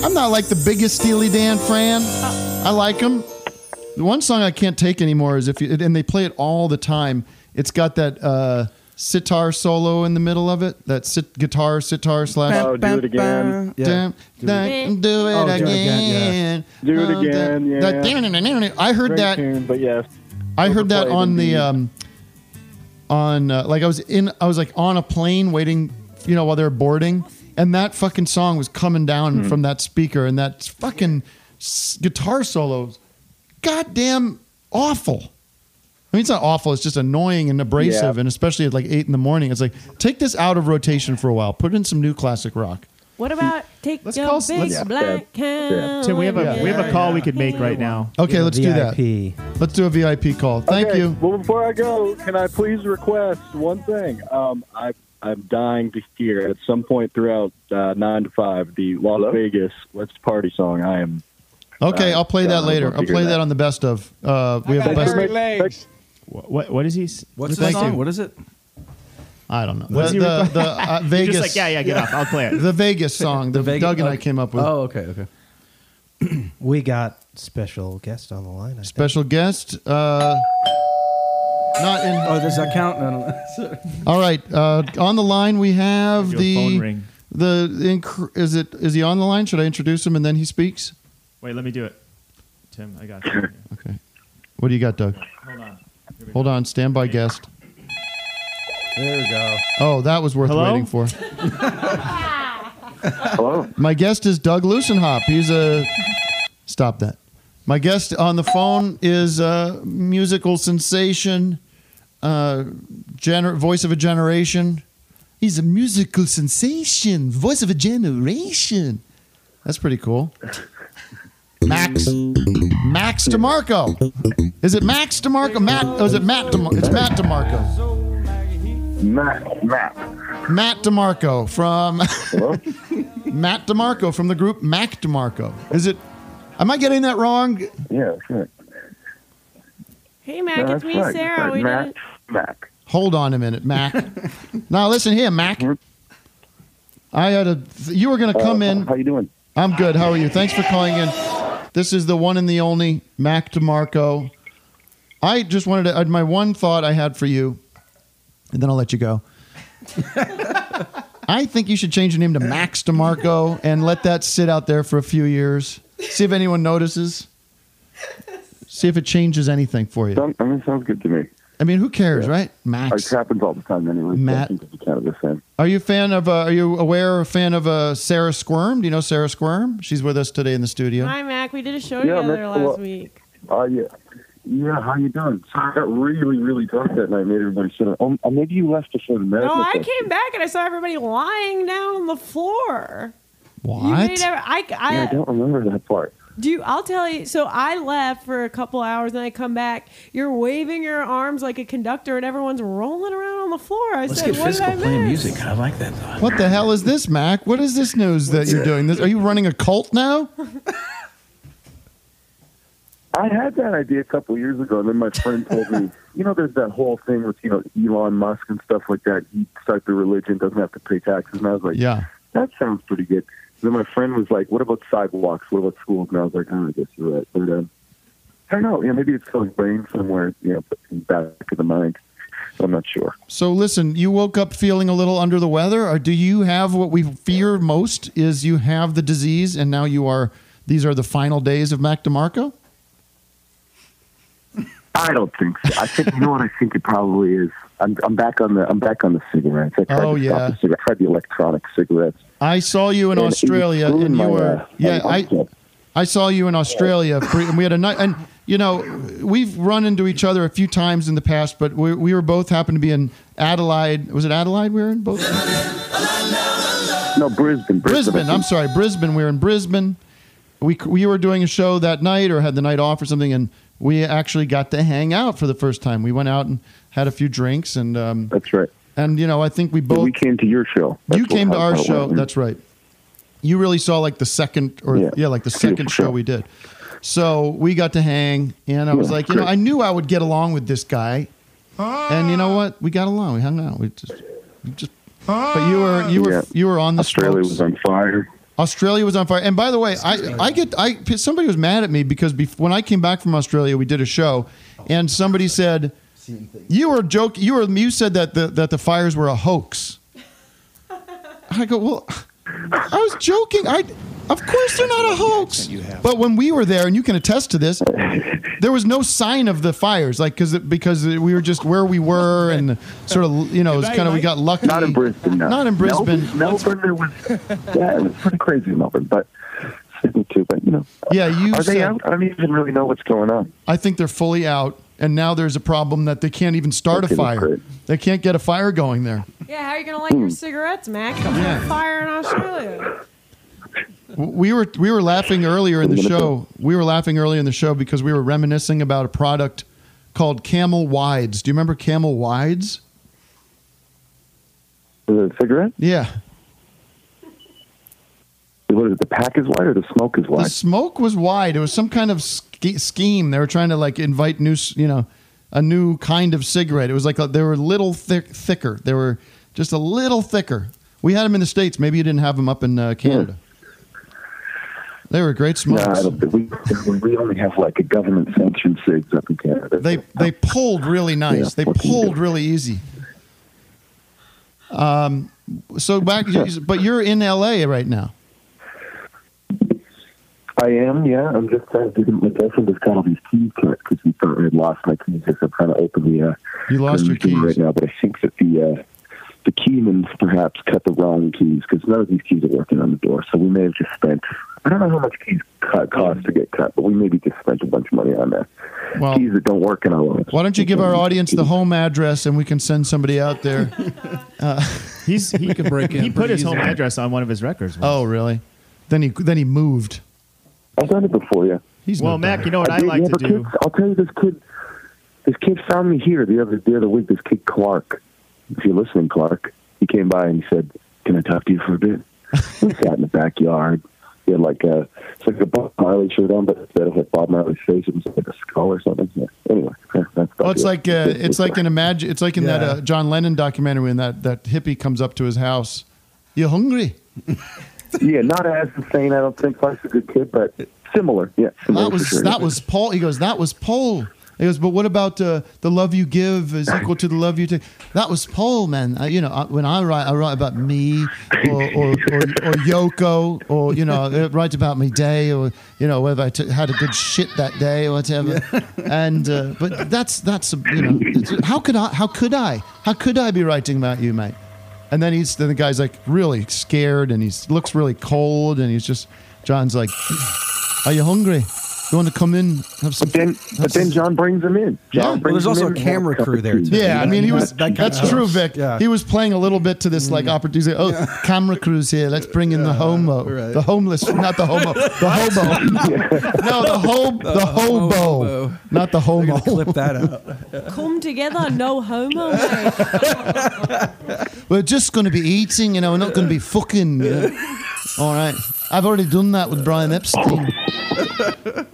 I'm not like the biggest Steely Dan fan. I like him. The one song I can't take anymore is if you, and they play it all the time. It's got that uh, sitar solo in the middle of it. That sit, guitar sitar slash. Oh, do it again. Dun, dun, Do it Oh, do it again. again, yeah. Do it Oh, dun, again, yeah. dun, dun, dun, dun, dun. I heard Great that. tune, but yes. I heard that Overplayed on the indeed. um, on uh, like I was in I was like on a plane waiting, you know, while they were boarding, and that fucking song was coming down Mhm. from that speaker, and that fucking s- guitar solos, goddamn awful. I mean, it's not awful. It's just annoying and abrasive, Yeah. and especially at like eight in the morning, it's like take this out of rotation for a while. Put in some new classic rock. What about take your call- big let's- black Yeah. cat? Tim, we have a we have a call we could make right now. Okay, let's do that. Let's do a VIP call. Thank Okay, you. Well, before I go, can I please request one thing? Um, I, I'm dying to hear at some point throughout uh, 9 to 5 the Las Vegas Let's Party song. I am. Okay, Uh, I'll play yeah, that I'd later. love to I'll hear play that. that. on the best of. Uh, we have the best. What what is he? s- What's the Thank song? you. What is it? I don't know. What is The, he the, requ- the, uh, You're just Vegas. like, "Yeah, yeah, get off. I'll play it." The Vegas song. The Doug and I okay. came up with. Oh, okay, okay. we got special guest on the line. I Special guest. Uh, not in. Oh, does that count? all right. Uh, on the line we have Do a phone the ring. the inc- is it is he on the line? Should I introduce him and then he speaks? Wait, let me do it. Tim, I got you. Okay. What do you got, Doug? Hold on. Here we Hold on. Standby guest. There we go. Oh, that was worth Hello? waiting for. Hello. My guest is Doug Lusenhop. He's a stop that. My guest on the phone is a musical sensation, uh, gener- voice of a generation. He's a musical sensation, voice of a generation. That's pretty cool. Max, Max DeMarco. Is it Max DeMarco? Matt? Oh, is it Matt? DeMar- it's Matt DeMarco. Matt, Matt. Matt DeMarco from Matt DeMarco from the group Mac DeMarco. Is it? Am I getting that wrong? Yeah, that's right. Hey, Mac, it's me, Sarah. We did. Mac. Hold on a minute, Mac. now listen here, Mac. Mm-hmm. I had a. You were going to come in. How Uh, you doing? I'm good. How are you? Thanks for calling in. This is the one and the only Mac DeMarco. I just wanted to. uh, My one thought I had for you, and then I'll let you go. I think you should change your name to Max DeMarco and let that sit out there for a few years. See if anyone notices. See if it changes anything for you. Sound, I mean, sounds good to me. I mean, who cares, right? Max. It happens all the time anyway. Matt. Matt. Kind of the same. Are you a fan of? Uh, are you aware or a fan of uh, Sarah Squirm? Do you know Sarah Squirm? She's with us today in the studio. Hi, Mac. We did a show Yeah, together Mac, last well- week. Oh, yeah. Yeah, how you doing? So I got really, really drunk that night. Made everybody sit up. Oh, oh, maybe you left before the No, medical. I thing. came back and I saw everybody lying down on the floor. You What? made every- I, I, yeah, I don't remember that part. Do you, I'll tell you. So I left for a couple hours, and I come back. You're waving your arms like a conductor, and everyone's rolling around on the floor. I said, "What did I miss?" music. I like that. What the hell is this, Mac? What is this news that you're doing? This are you running a cult now? I had that idea a couple years ago, and then my friend told me, you know, there's that whole thing with you know Elon Musk and stuff like that. He started the religion, doesn't have to pay taxes, and I was like, Yeah. that sounds pretty good. And then my friend was like, what about sidewalks? What about schools? And I was like, oh, I guess you're right. And um, I don't know, you know, maybe it's still ingrained somewhere, you know, in the back of the mind. I'm not sure. So listen, you woke up feeling a little under the weather, or do you have what we fear most is you have the disease, and now you are. These are the final days of Mac DeMarco. I don't think so. I think you know what I think it probably is. I'm, I'm back on the I'm back on the cigarettes. I tried Oh, to yeah. stop the cigarette. I tried the electronic cigarettes. I saw you in And it Australia, ruined and you my, were uh, yeah. my I I saw you in Australia, pre- and we had a night. And you know, we've run into each other a few times in the past, but we we were both happened to be in Adelaide. Was it Adelaide we were in both? No, Brisbane. Brisbane. I think. I'm sorry, Brisbane. We were in Brisbane. We we were doing a show that night, or had the night off, or something, and we actually got to hang out for the first time. We went out and had a few drinks, and um, That's right. and you know, I think we both we came to your show. That's you what- came to how- our how it show. went. That's right. You really saw like the second or yeah, Yeah. like the second show we did. So we got to hang, and I was Yeah, like, you know, great. I knew I would get along with this guy, and you know what? We got along. We hung out. We just, we just. But you were you were Yeah. you were on the Australia Strokes. was on fire. Australia was on fire. And by the way, I, I get I somebody was mad at me because bef- when I came back from Australia, we did a show, and somebody said, "You were joke. You were you said that the that the fires were a hoax." I go, "Well, I was joking. I of course they're not a hoax. But when we were there, and you can attest to this, there was no sign of the fires, like because because we were just where we were and sort of you know it was kind of we got lucky. Not in Brisbane. No. Not in Melbourne, Brisbane. Melbourne there was. Yeah, it was pretty crazy in Melbourne, but Sydney too. But you know, Yeah, you are said- they out? I don't even really know what's going on. I think they're fully out, and now there's a problem that they can't even start Okay, a fire. great. They can't get a fire going there. Yeah, how are you gonna light your Hmm. cigarettes, Mac? There's no Yeah. fire in Australia. W- We were we were laughing earlier in the show. We were laughing earlier in the show because we were reminiscing about a product called Camel Wides. Do you remember Camel Wides? Is it a cigarette? Yeah. What is it? The pack is wide or the smoke is wide? The smoke was wide. It was some kind of ske- scheme. They were trying to like invite new, s- you know, a new kind of cigarette. It was like a, they were a little thick, thicker. They were just a little thicker. We had them in the states. Maybe you didn't have them up in uh, Canada. They were great no, smokes. Hmm. I don't think we, we only have like a government sanctioned cigs up in Canada. They they pulled really nice. Yeah, they what can you pulled really easy. Um, so back, but you're in L.A. right now. I am, yeah. I'm just trying to do my girlfriend just got all these keys cut because we thought we had lost my keys. So I'm trying to open the. Uh, you lost your keys right now, but I think that the uh, the keyman perhaps cut the wrong keys because none of these keys are working on the door. So we may have just spent. I don't know how much keys cut, cost to get cut, but we maybe just spent a bunch of money on that. Well- keys that don't work in our lives. Why don't you give our audience the home address and we can send somebody out there? Uh, He's he can break in He put pretty his home easily. address on one of his records. oh, really? Then he then he moved. I've done it before, yeah. He's well, no Mac. dummy. You know what I, did- like yeah, to but do? Kids, I'll tell you, this kid, this kid found me here the other the other week. This kid Clark, if you're listening, Clark, he came by and he said, "Can I talk to you for a bit?" we sat in the backyard. He had like a it's like a Bob Marley shirt on, but instead of like Bob Marley's face, it was like a skull or something. Yeah. Anyway, yeah, that's Well, it's like uh, it's like an imagine. It's like in that Yeah. uh, John Lennon documentary when that that hippie comes up to his house. You hungry? yeah, not as insane. I don't think Clark's a good kid, but similar. Yeah, similar That for was sure. that was Paul. He goes, that was Paul. He goes, but what about uh, the love you give is equal to the love you take? That was Paul, man. Uh, you know, I, when I write, I write about me or or, or, or Yoko or you know, I write about my day or you know whether I took had a good shit that day or whatever. And uh, but that's that's you know, it's- how could I? How could I? How could I be writing about you, mate? And then he's then the guy's like really scared and he looks really cold and he's just John's like, "Are you hungry? You want to come in? Have some." But then, but then John brings him in. John yeah. brings Well, there's him also in a and has camera a cup crew of there, tea. too. Yeah, I mean he That- was. that kinda that's helps. true, Vic. Yeah. He was playing a little bit to this like opportunity. Oh, camera crews here. Let's bring in the homo, the homeless, not the homo, the hobo. no, the hobo, the hobo, not the homo. Clip that out. Come together, no homo. mate. We're just going to be eating, you know. We're not going to be fucking. You know? All right. I've already done that with Brian Epstein.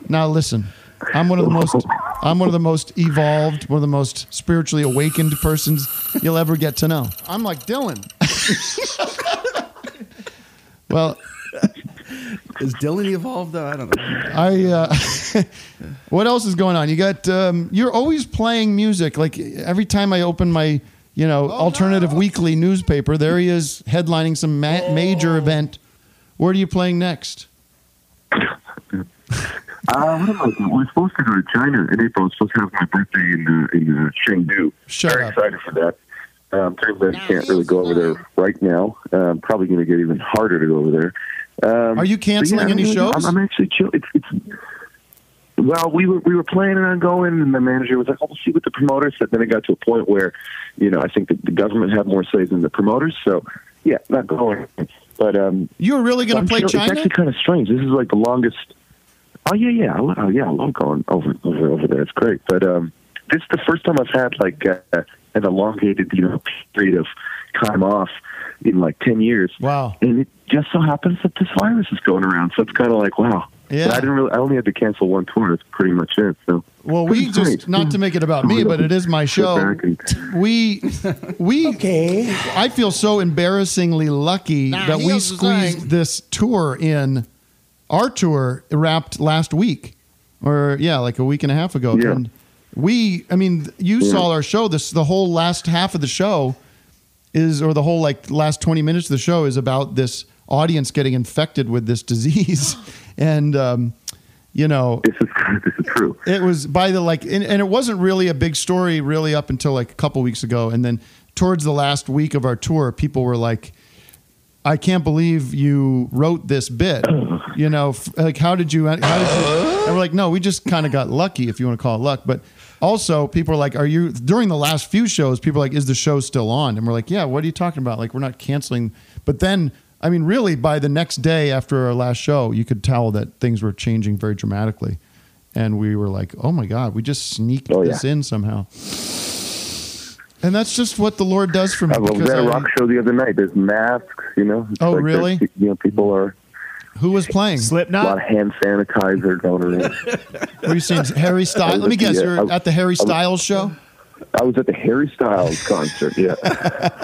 Now listen, I'm one of the most. I'm one of the most evolved, one of the most spiritually awakened persons you'll ever get to know. I'm like Dylan. Well, Is Dylan evolved though? I don't know. I. Uh, what else is going on? You got. Um, you're always playing music. Like every time I open my, you know, alternative weekly newspaper, there he is headlining some ma- major event. Where are you playing next? Uh, what am I doing? We're supposed to go to China in April. I'm supposed to have my birthday in uh, in uh, Chengdu. Shut Very excited for that. Um, turns out I can't really go over there right now. Um, probably going to get even harder to go over there. Um, Are you but canceling I'm any really- shows? I'm, I'm actually chill. It's, it's well, we were we were planning on going, and the manager was like, "Oh, we'll see what the promoters said." Then it got to a point where, you know, I think that the government had more say than the promoters. So, yeah, not going. But um, you were really going gonna play China? It's actually kind of strange. This is like the longest. Oh yeah, yeah, I lo- oh, yeah. I love going over over over there. It's great. But um, this is the first time I've had like uh, an elongated, you know, period of time off in like ten years. Wow. And it just so happens that this virus is going around, so it's kind of like wow. Yeah. But I didn't really. I only had to cancel one tour. That's pretty much it. So. Well, we just not to make it about me, but it is my show. We we I feel so embarrassingly lucky Nah, that we here's the squeezed this tour in. Our tour wrapped last week, or yeah, like a week and a half ago. Yeah. And we, I mean, you Yeah. saw our show. This the whole last half of the show is, or the whole like last twenty minutes of the show is about this audience getting infected with this disease, and um, you know, this is true. It was by the like, and, and it wasn't really a big story really up until like a couple weeks ago, and then towards the last week of our tour, people were like, "I can't believe you wrote this bit." You know, f- like how did you? How did you? And we're like, "No, we just kind of got lucky, if you want to call it luck." But also, people are like, "Are you?" During the last few shows, people are like, "Is the show still on?" And we're like, "Yeah." What are you talking about? Like, we're not canceling. But then. I mean, really, by the next day after our last show, you could tell that things were changing very dramatically and we were like, "Oh my God, we just sneaked Oh, this in somehow." And that's just what the Lord does for me. I was because at a I- rock show the other night. There's masks, you know. It's Oh, like there's- really? You know, people are who was playing? a lot of hand sanitizer going around. Were you seeing Harry Styles? Let me guess, you were at the Harry Styles show. I was at the Harry Styles concert. Yeah,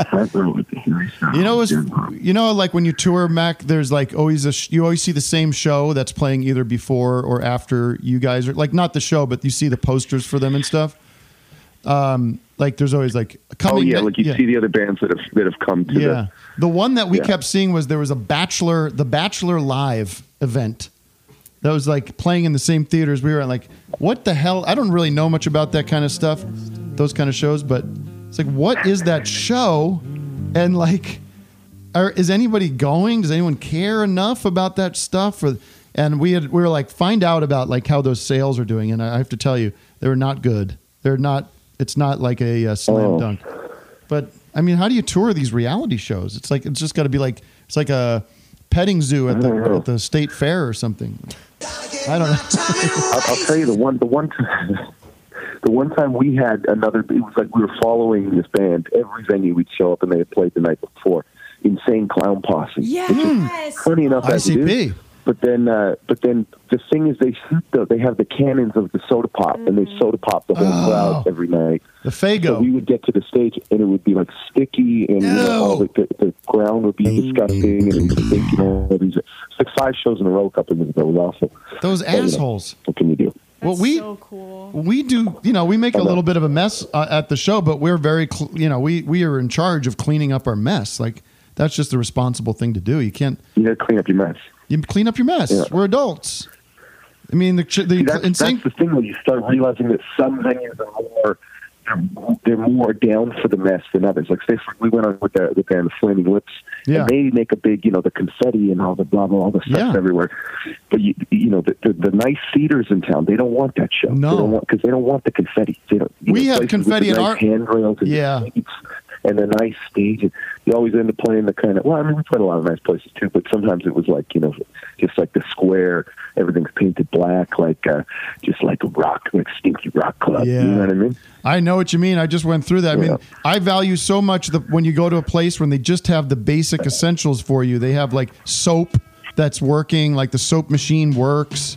front row at the oh, Harry Styles. You know, it's, you know, like when you tour Mac, there's like always a sh- you always see the same show that's playing either before or after you guys are like not the show, but you see the posters for them and stuff. Um, like there's always like oh coming. yeah, ne- like you see the other bands that have that have come to yeah. the The one that we Yeah. kept seeing was there was a Bachelor, the Bachelor Live event that was like playing in the same theaters we were in. Like, what the hell? I don't really know much about that kind of stuff, those kind of shows, but it's like, what is that show? And like, are, is anybody going? Does anyone care enough about that stuff? Or, and we had we were like, find out about like how those sales are doing. And I have to tell you, they're not good. They're not. It's not like a, uh slam Oh. dunk. But I mean, how do you tour these reality shows? It's like it's just got to be like it's like a petting zoo at the, at the state fair or something. I don't know. I'll, I'll tell you the one the one the one time we had another it was like we were following this band every venue we'd show up and they had played the night before insane clown posse Yes. Hmm. funny enough as it ICP. is. but then uh, but then the thing is they shoot the, they have the cannons of the soda pop and they soda pop the whole crowd every night Oh. the fago so we would get to the stage and it would be like sticky and you know, all the, the, the ground would be disgusting and it would stink and all these like five shows in a row up in the middle was awful Those But, you know, assholes. what can you do well, we we do. You know, we make a little bit of a mess uh, at the show, but we're very. Cl- you know, we we are in charge of cleaning up our mess. Like that's just the responsible thing to do. You can't. You gotta clean up your mess. You clean up your mess. Yeah. We're adults. I mean, the, ch- the See, that's, insane that's the thing when you start realizing that some venues are more they're, they're more down for the mess than others. Like say for, we went on with the with the flaming lips, Yeah. and they make a big you know the confetti and all the blah blah all the stuff everywhere. But you you know the, the the nice theaters in town they don't want that show. No. they don't want because they don't want the confetti. They don't. you We know, had places with confetti the in nice our- handrails. And Yeah. seats And the nice stage, and you always end up playing the kind of well. I mean, we played a lot of nice places too, but sometimes it was like you know, just like the square, everything's painted black, like uh, just like a rock, like stinky rock club. You Yeah. know what I mean? I know what you mean. I just went through that. I mean, Yeah. I value so much the, when you go to a place when they just have the basic essentials for you. They have like soap that's working, like the soap machine works.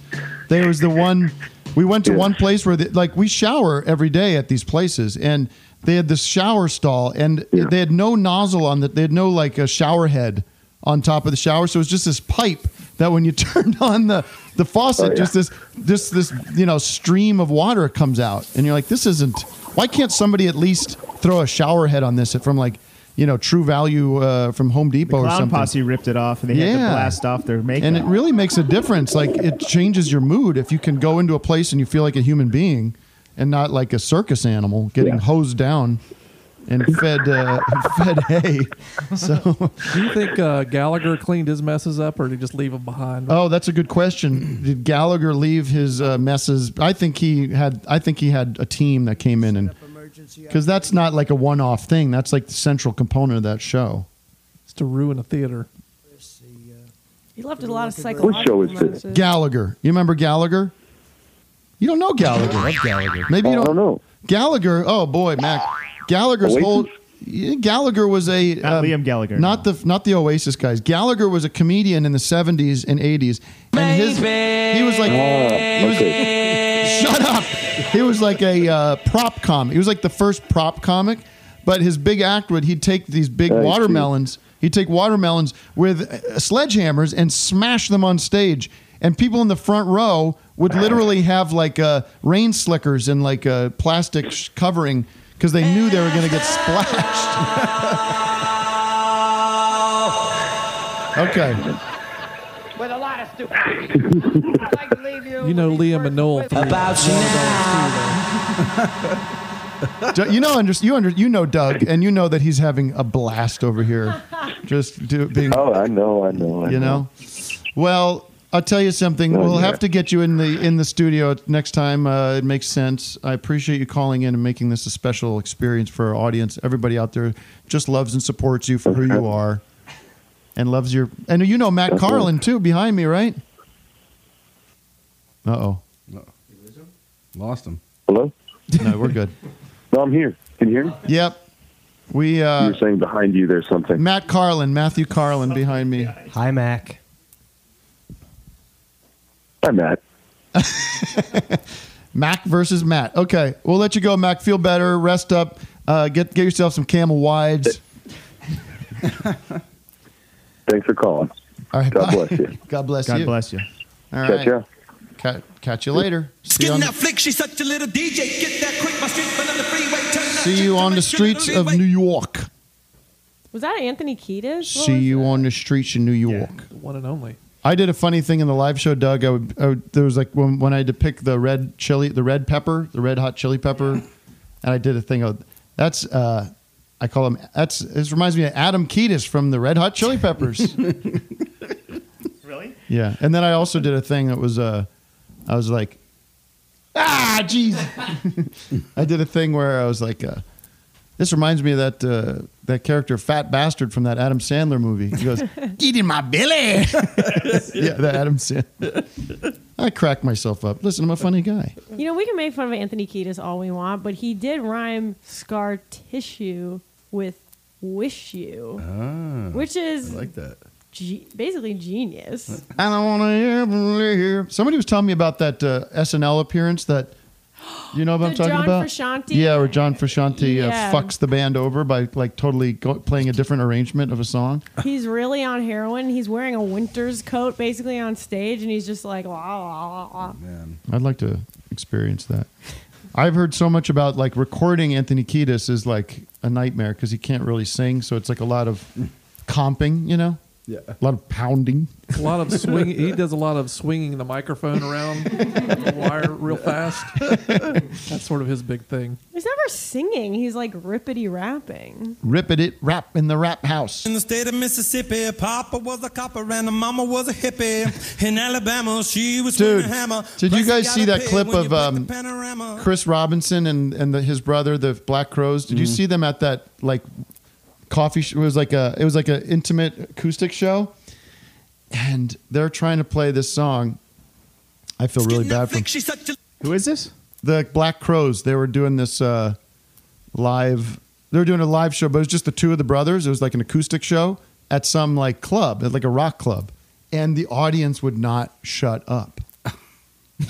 There was the one we went to one place where they, like we shower every day at these places, and they had this shower stall, and they had no nozzle on that. They had no like a shower head on top of the shower, so it was just this pipe that when you turned on the the faucet, Oh, yeah. just this this this you know stream of water comes out, and you're like, this isn't. Why can't somebody at least throw a shower head on this from like you know, True Value uh, from Home Depot or Clown something. Posse ripped it off, and they had to blast off their makeup. And it really makes a difference. Like it changes your mood if you can go into a place and you feel like a human being and not like a circus animal getting hosed down and fed uh, fed hay. So Do you think uh, Gallagher cleaned his messes up, or did he just leave them behind? Oh, that's a good question. Did Gallagher leave his uh, messes? I think he had. I think he had a team that came in and because that's not like a one-off thing. That's like the central component of that show. It's to ruin a theater. He left a lot of What show psychological is this? messages. Gallagher. You remember Gallagher? You don't know Gallagher. Gallagher. Maybe you I don't, don't know. Gallagher. Oh boy, Mac. Gallagher's Oasis? whole. Yeah, Gallagher was a um, Not Liam Gallagher, Not the not the Oasis guys. Gallagher was a comedian in the seventies and eighties, and his he was like he was- shut up. He was like a uh, prop comic. He was like the first prop comic, but his big act would he'd take these big I see. watermelons. He'd take watermelons with uh, sledgehammers and smash them on stage. And people in the front row would literally have like uh, rain slickers and like a plastic sh- covering because they knew they were going to get splashed. okay. With a lot of stupid. You know Liam and Noel threw About one of those Doug, you know, under, you under, you know Doug, and you know that he's having a blast over here, just do, being. Oh, I know, I know, I you know? know. Well, I'll tell you something. Oh, we'll yeah. have to get you in the in the studio next time. Uh, it makes sense. I appreciate you calling in and making this a special experience for our audience. Everybody out there just loves and supports you for who you are, and loves your. And you know Matt Definitely. Carlin too behind me, right? Uh oh. Lost him. Hello? No, we're good. No, I'm here. Can you hear me? Yep. We uh, you were saying behind you there's something. Matt Carlin, Matthew Carlin behind me. Hi, Mac. Hi, Matt. Mac versus Matt. Okay, we'll let you go, Mac. Feel better. Rest up. Uh, get get yourself some Camel Wides. Thanks for calling. All right, God bye. bless you. God bless God you. bless you. All Catch right. ya. Ca- catch you later. See you, on, Skin that flick, she's such a little DJ. Get that quick, my street, but on the freeway. Turn that see you on the streets of New York. Was that Anthony Kiedis? What See you on the streets of New York. One and only. I did a funny thing in the live show, Doug. I would, I would there was like when, when I had to pick the red chili, the red pepper, the red hot chili pepper, and I did a thing of that's uh, I call him that's this reminds me of Adam Kiedis from the Red Hot Chili Peppers. Really? yeah, and then I also did a thing that was uh, I was like, ah, jeez, I did a thing where I was like, uh, this reminds me of that uh, that character Fat Bastard from that Adam Sandler movie. He goes. Eating my belly. yeah, the Adam Sandler. I crack myself up. Listen, I'm a funny guy. was- You know, we can make fun of Anthony Kiedis all we want, but he did rhyme scar tissue with wish you, Uh-huh. which is Ah, I like that. ge- basically genius. I don't want to ever hear. Somebody was telling me about that uh, SNL appearance that. You know what I'm The talking John about? Frusciante? Yeah, where John Frusciante Yeah. uh, fucks the band over by like totally go- playing a different arrangement of a song. He's really on heroin. He's wearing a winter's coat basically on stage, and he's just like, la, la, la, la. I'd like to experience that. I've heard so much about like recording Anthony Kiedis is like a nightmare because he can't really sing, so it's like a lot of comping, you know? Yeah. A lot of pounding. A lot of swing. He does a lot of swinging the microphone around the wire real fast. That's sort of his big thing. He's never singing. He's like rippity rapping. Rip it, it rap in the rap house. In the state of Mississippi, Papa was a copper and the Mama was a hippie. In Alabama, she was swinging Dude, a hammer. did you Plus, guys got see a that pig clip when you of break um, the panorama. Chris Robinson and and the, his brother, the Black Crows? Did you Mm-hmm. Mhm. see them at that like coffee? Sh- it was like a it was like an intimate acoustic show, and they're trying to play this song. I feel really bad for. Who is this? The Black Crows. They were doing this uh, live. They were doing a live show, but it was just the two of the brothers. It was like an acoustic show at some like club, at like a rock club, and the audience would not shut up.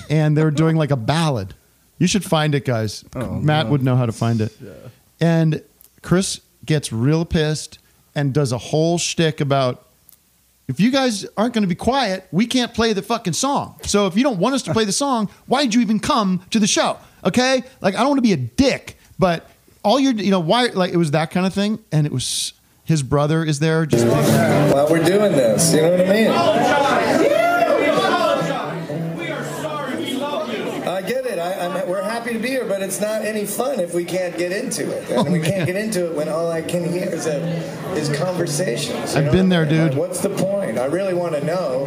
and they were doing like a ballad. You should find it, guys. Matt no. would know how to find it. And Chris gets real pissed and does a whole shtick about if you guys aren't going to be quiet, we can't play the fucking song. So if you don't want us to play the song, why did you even come to the show? Okay, like I don't want to be a dick, but all your you know why like it was that kind of thing, and it was His brother is there. Just Well, we're doing this. You know what I mean? I get it. I, I'm, we're happy to be here, but it's not any fun if we can't get into it, and we can't get into it when all I can hear is a, is conversations. you I've know? been there, Like, dude. what's the point? I really want to know.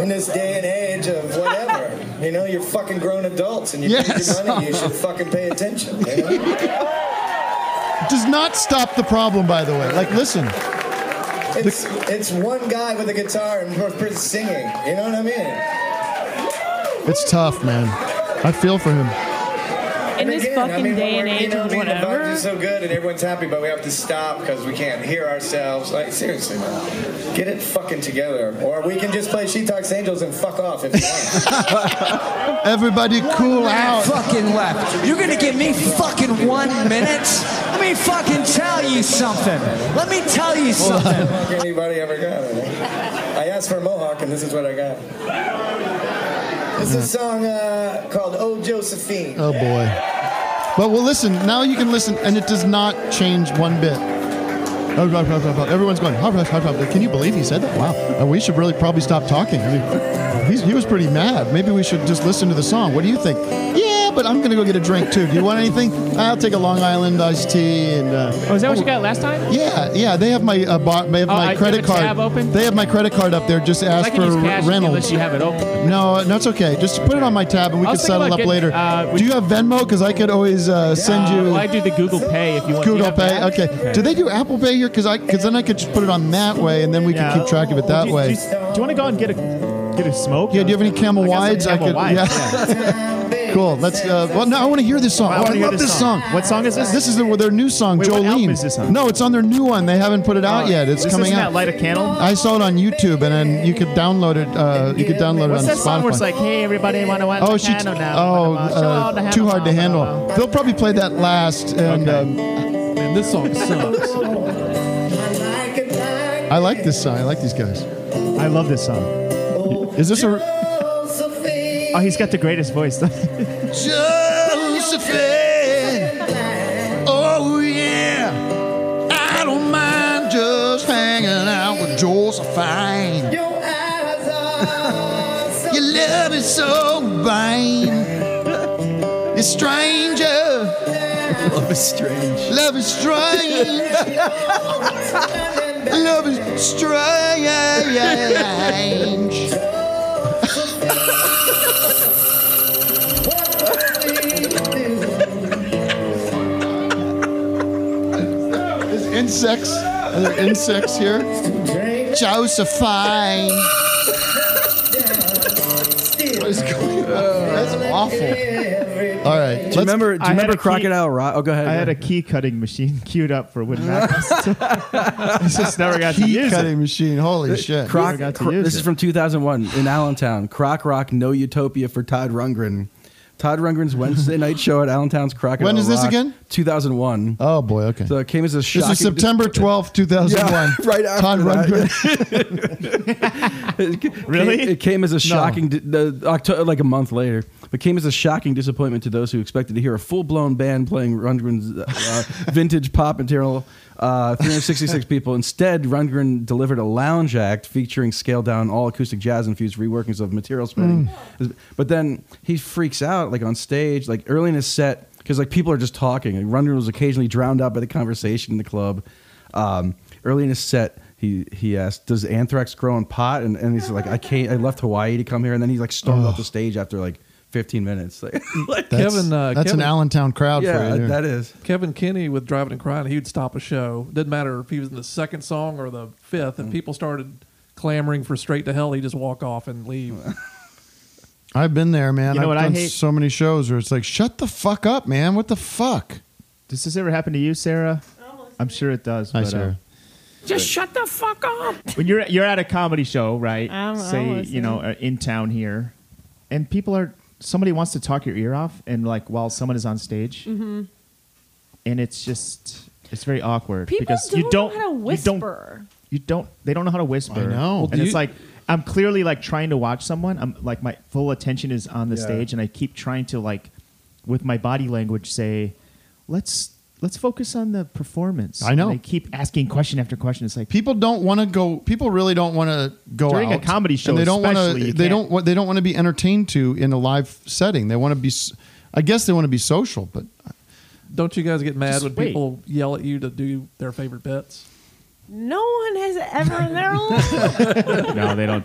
In this day and age of whatever, you know, you're fucking grown adults, and you paid Yes. your money. You should fucking pay attention. You know? does not stop the problem, by the way. Like, listen. It's it's one guy with a guitar and we're we're singing. You know what I mean? It's tough, man. I feel for him. In this fucking day and age of The whatever. vibes are so good and everyone's happy, but we have to stop because we can't hear ourselves. Like seriously, man, get it fucking together, or we can just play She Talks Angels and fuck off if you want. Everybody cool out. Fucking left. You're gonna give me fucking one minute? Let me fucking tell you something. Let me tell you something. Fuck anybody ever got it. I asked for a mohawk and this is what I got. This is a song uh, called Oh Josephine. Oh boy. But well, listen. Now you can listen, and it does not change one bit. Oh, Everyone's going. "Hop, hop, hop, hop." Can you believe he said that? Wow. Uh, we should really probably stop talking. I mean, he's, he was pretty mad. Maybe we should just listen to the song. What do you think? Yeah, but I'm gonna go get a drink too. Do you want anything? I'll take a Long Island iced tea and. Uh, Oh, is that what you got last time? Yeah, yeah. They have my uh, bo- they have Oh, I- my you credit have a card. tab open? They have my credit card up there. Just ask I can for use cash Reynolds. unless you have it open. No, no, it's okay. Just put it on my tab and we I can was settle thinking up about later. getting, uh, do you have Venmo? Because I could always uh, send Uh, you well, I do the Google Pay if you want. Google you have Pay. that? Okay. Do they do Apple Pay here? Because I, because then I could just put it on that way, and then we Yeah. can keep track of it Do that you- way. Do you, want to go and get a get a smoke? Yeah. Do you have any Camel I got some Wides? Camel I could. Wides, Yeah. cool. Let's. Uh, well, no, I want to hear this song. I Oh, wanna I hear love this this song. song. What song is this? This is their, their new song, Wait, what Jolene. album is this on? No, it's on their new one. They haven't put it out Oh, yet. It's this coming isn't out. that Light a Candle? I saw it on YouTube, and then you could download it. Uh, you could download it What's on that Spotify. song where it's like, hey, everybody, want to watch Oh, the she. piano now? oh, Wanna watch- uh, wanna have too a- hard to handle. They'll probably play that last. And um, man, this song sucks. I like this song. I like these guys. I love this song. Oh. Is this a? Oh, he's got the greatest voice. Josephine. Oh yeah. I don't mind just hanging out with Josephine. Your love is so vain. It's stranger. Love is strange. Love is strange. love is strange. Oh, There's insects. Are there insects here? Josephine. What is going on? That's awful. All right. Do you remember? Do you remember Crocodile Rock? Oh, go ahead. I had go a key cutting machine queued up for Wood Magnus. I just never got to Key use cutting it. machine. Holy Th- shit. Uh, Croc, Never got to Cro- use this it. is from 2001 in Allentown. Croc Rock, No Utopia for Todd Rundgren. Todd Rundgren's Wednesday night show at Allentown's Crocodile When is this Rock, again? 2001. Oh boy, okay. So it came as a shock. This is September 12th, 2001. Yeah, right after Todd that. Rundgren. Really? It came as a shocking, di- the, October, like a month later, but came as a shocking disappointment to those who expected to hear a full-blown band playing Rundgren's uh, uh, vintage pop material. Uh, 366 people. Instead, Rundgren delivered a lounge act featuring scaled-down, all-acoustic jazz-infused reworkings of material spinning. But then he freaks out, like on stage, like early in his set, because like people are just talking. Like, Rundgren was occasionally drowned out by the conversation in the club. Um, early in his set, he he asked, "Does anthrax grow in pot?" And, and he's like, "I can't. I left Hawaii to come here." And then he like stormed off the stage after like 15 minutes. Like, That's- Kevin, uh, that's Kevin- an Allentown crowd for yeah, you. there. that is. Kevin Kinney with Driving and Crying, he would stop a show. Didn't matter if he was in the second song or the fifth, and people started clamoring for straight to hell, he'd just walk off and leave. I've been there, man. You know I've what I done hate? so many shows where it's like, shut the fuck up, man. What the fuck? Does this ever happen to you, Sarah? I'm sure it does. Hi, but, uh, Sarah. Just shut the fuck up. when you're you're at a comedy show, right? I'm- I'm Say you listening. know uh, in town here, and people are somebody wants to talk your ear off, and like while someone is on stage, Mm. Mhm. and it's just it's very awkward People because don't you don't know how to You don't, whisper. you don't they don't know how to whisper. I know. Well, and do it's you- like I'm clearly like trying to watch someone. I'm like my full attention is on the Yeah. stage, and I keep trying to like with my body language say, let's let's focus on the performance. I know. And they keep asking question after question. It's like people don't want to go. People really don't want to go During a out. comedy show And they don't wanna- especially, you They can't- don't. wa- They don't want to be entertained to in a live setting. They want to be. s- I guess they want to be social, but Don't you guys get mad Just when wait. people yell at you to do their favorite bits? No one has ever in their life. No, they don't.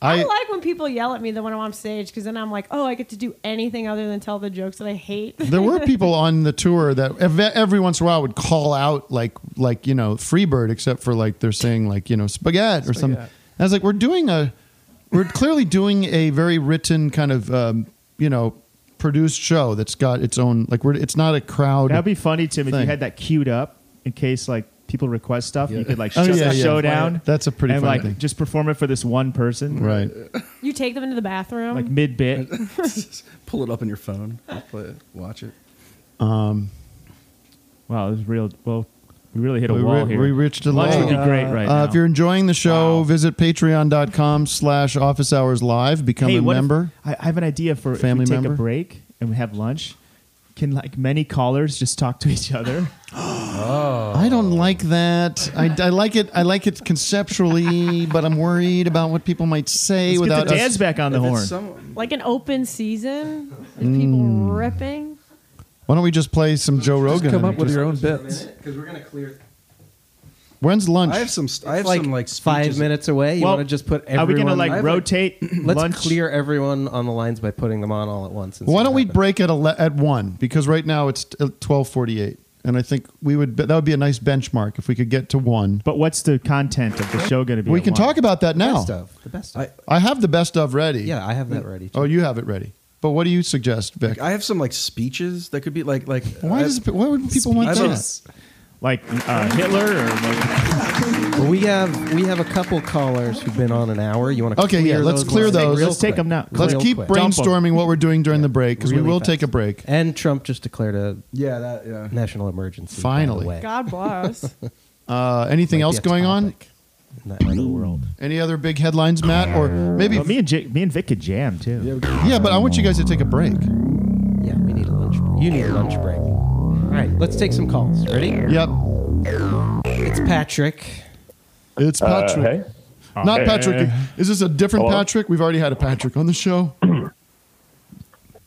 I, like when people yell at me the when I'm on stage because then I'm like, oh, I get to do anything other than tell the jokes that I hate. there were people on the tour that ev- every once in a while would call out like like you know Freebird, except for like they're saying like you know spaghetti or something. Spaghetti. I was like, we're doing a, we're clearly doing a very written kind of um, you know produced show that's got its own like we're it's not a crowd. That'd be funny, Tim, if thing. you had that queued up in case like people request stuff. You could like Oh, shut yeah, the yeah. show down. That's a pretty and funny like thing. just perform it for this one person. Right. you take them into the bathroom. Like mid bit. Pull it up on your phone. Play it, watch it. Um, wow, this is real. Well, we really hit a We wall re- here. we reached a Lunch low. would be great right Uh, now. If you're enjoying the show, visit patreon.com slash office hours live. Become hey, a what if- member. I, I have an idea for Family if we take member? a break and we have lunch. Can like many callers just talk to each other? Oh. I don't like that. I, I like it. I like it conceptually, but I'm worried about what people might say Let's get without the dads us- back on the If it's horn. some- like an open season, Mm. ripping. Why don't we just play some Joe Rogan? come and up with just- your own bits. Because we're gonna clear. When's lunch? I have some. st- I have like some like five speeches. minutes away. You Well, want to just put everyone? are we gonna, like, I have, rotate let's lunch? clear everyone on the lines by putting them on all at once. and Why see don't we what break at ele- at one? Because right now it's uh, twelve forty eight, and I think we would that would be a nice benchmark if we could get to one. But what's the content of the show going to be? We at can one? talk about that now. the best. I, I have the best of ready. Yeah, I have that ready, Oh, you have it ready. But what do you suggest, Vic? Like, I have some like speeches that could be like like. Why I- does pe- why would people want that? Speeches. Like uh, Hitler or happens. Well, we have we have a couple callers who've been on an hour. You want to? Okay, clear yeah, let's those clear lines those. real quick. Let's Real keep quick. brainstorming what we're doing during the break because we Really will fast. take a break. And Trump just declared a Yeah, that yeah. national emergency. by the Finally. way. God bless. Uh, anything Might be else a going on? in that other world. Any other big headlines, Matt? Or maybe. Well, me and Jake, me and Vic could jam too. Yeah, but I want you guys to take a break. Yeah, we need a lunch. You need a lunch break. All right, let's take some calls. Ready? Yep. It's Patrick. It's Uh, Patrick. hey? Uh, Not hey. Patrick. Is this a different Hello? Patrick? We've already had a Patrick on the show.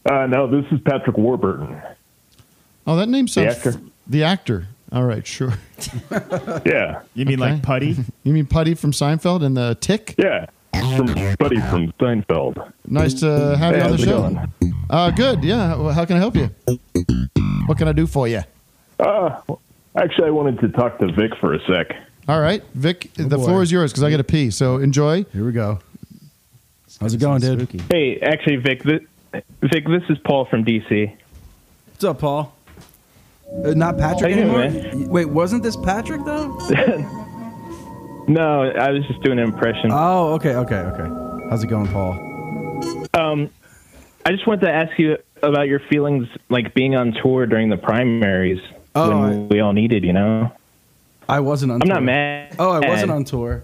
Uh, no, this is Patrick Warburton. Oh, that name sounds. actor. the actor. All right, sure. Yeah. You mean Okay. like Putty? You mean Putty from Seinfeld and the Tick? Yeah. From Buddy from Seinfeld. Nice to have Hey, you on the how's it show. going? Uh, good. Yeah. Well, How can I help you? What can I do for you? Uh, actually, I wanted to talk to Vic for a sec. All right, Vic, Oh, the floor is yours because I got to pee. So enjoy. Here we go. How's it going, dude? Hey, actually, Vic, this, Vic, this is Paul from DC. What's up, Paul? Uh, not Patrick How you doing, anymore. Wait, wasn't this Patrick though? No, I was just doing an impression. oh, okay, okay, okay. How's it going, Paul? Um, I just wanted to ask you about your feelings, like being on tour during the primaries Oh, when I- we all needed, you know. I wasn't on. I'm tour. not mad. Oh, I wasn't on tour.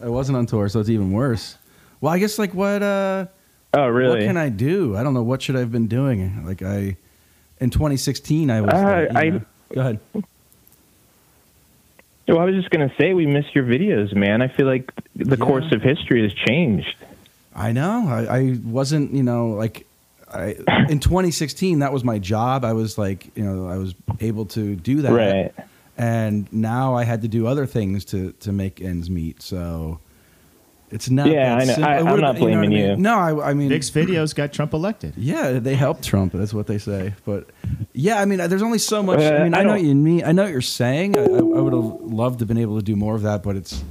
I wasn't on tour, so it's even worse. Well, I guess like what? uh Oh, really? What can I do? I don't know. What should I have been doing? Like I, in 2016, I was. Uh, like, you I- know- go ahead. Well, I was just gonna say we missed your videos, man. I feel like the course of history has changed. I know. I, I wasn't, you know, like I, in 2016, that was my job. I was like, you know, I was able to do that. Right. And now I had to do other things to, to make ends meet. So it's not. Yeah, that I know. simple. I- It I'm would've not been- blaming you. you. know what I mean? No, I, I mean, Vic's videos got Trump elected. yeah, they helped Trump. That's what they say. But yeah, I mean, there's only so much. Uh, I mean, I, I know don't- what you mean. I know what you're saying. I, I, I would have loved to have been able to do more of that, but it's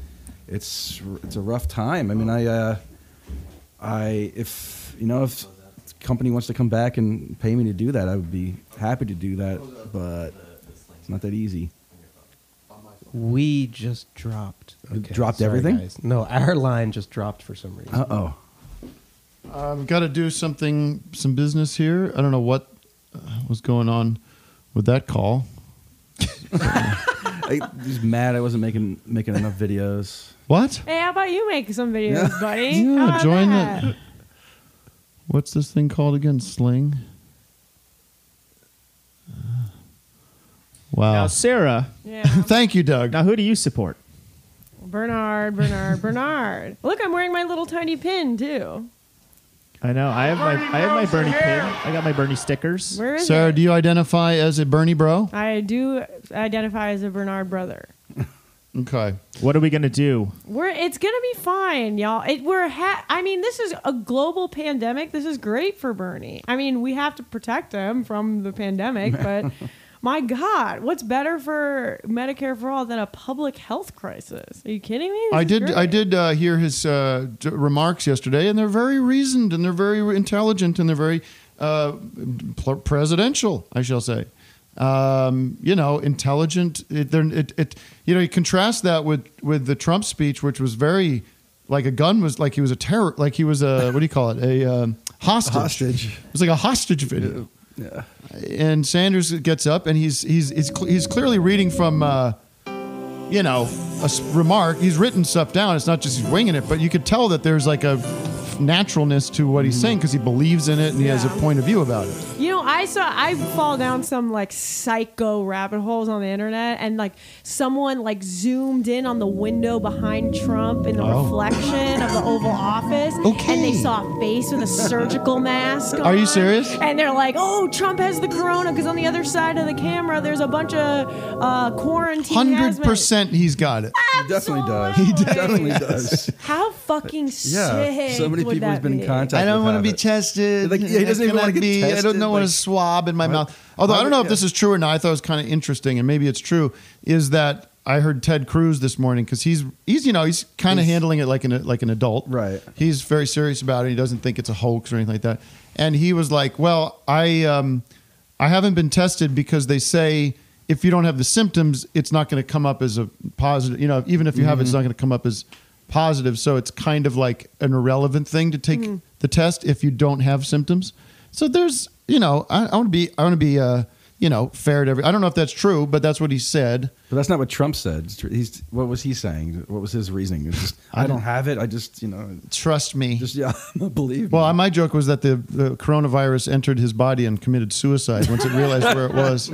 it's it's a rough time. I mean, I uh, I if you know if the company wants to come back and pay me to do that, I would be happy to do that. But it's not that easy. We just dropped. dropped sorry, everything? guys. No, our line just dropped for some reason. Uh oh. I've got to do something, some business here. I don't know what uh, was going on with that call. I was mad I wasn't making making enough videos. What? Hey, how about you make some videos, buddy? Yeah, How about join that? it. What's this thing called again? Sling. Wow. Now, Sarah. Thank you, Doug. Now, who do you support? Bernard, Bernard, Bernard. Look, I'm wearing my little tiny pin too. I know. I have my I have my Bernie Bernie pin. Bros I got my Bernie stickers. Where is Sarah, it? do you identify as a Bernie bro? I do identify as a Bernard brother. Okay. What are we gonna do? We're it's gonna be fine, y'all. It we're ha- I mean, this is a global pandemic. This is great for Bernie. I mean, we have to protect him from the pandemic, but my God, what's better for Medicare for all than a public health crisis? Are you kidding me? This I is did. great. I did uh, hear his uh, d- remarks yesterday, and they're very reasoned, and they're very intelligent, and they're very uh, pl- presidential, I shall say. Um, you know, intelligent. It, they're- it, it, you know, you contrast that with with the Trump speech, which was very like a gun was like he was a terror, like he was a what do you call it? A um, hostage. Hostage. It was like a hostage video. Yeah. And Sanders gets up, and he's he's he's, cl- he's clearly reading from. Uh, you know, a s- remark. He's written stuff down. It's not just he's winging it, but you could tell that there's like a naturalness to what he's saying because he believes in it and he has a point of view about it. You know, I saw I fall down some like psycho rabbit holes on the internet, and like someone like zoomed in on the window behind Trump in the Oh. reflection of the Oval Office, and they saw a face with a surgical mask. Are you on, serious? And they're like, "Oh, Trump has the corona," because on the other side of the camera, there's a bunch of uh, quarantine. Hundred hazmat- percent, he's got it. He definitely does. He definitely does. How fucking Yeah, sick! so many would people that has been be? in contact. I don't want wanna to be tested. Like, yeah, he doesn't even Can want to get I be- tested. I don't know what like, a swab in my mouth. Although why I don't know would- if this is true or not. I thought it was kind of interesting, and maybe it's true. Is that I heard Ted Cruz this morning because he's he's you know he's kind of handling it like an like an adult. Right. He's very serious about it. He doesn't think it's a hoax or anything like that. And he was like, "Well, I um, I haven't been tested because they say." If you don't have the symptoms, it's not going to come up as a positive. You know, even if you have it, it's Mm-hmm. Mhm. not going to come up as positive. So it's kind of like an irrelevant thing to take the test if you don't have symptoms. So there's, you know, I, I want to be, I want to be, uh, you know, fair to every. I don't know if that's true, but that's what he said. But that's not what Trump said. He's what was he saying? What was his reasoning? It's just, I don't have it. I just you know trust me. Just yeah, believe. Well, my joke was that the, the coronavirus entered his body and committed suicide once it realized where it was.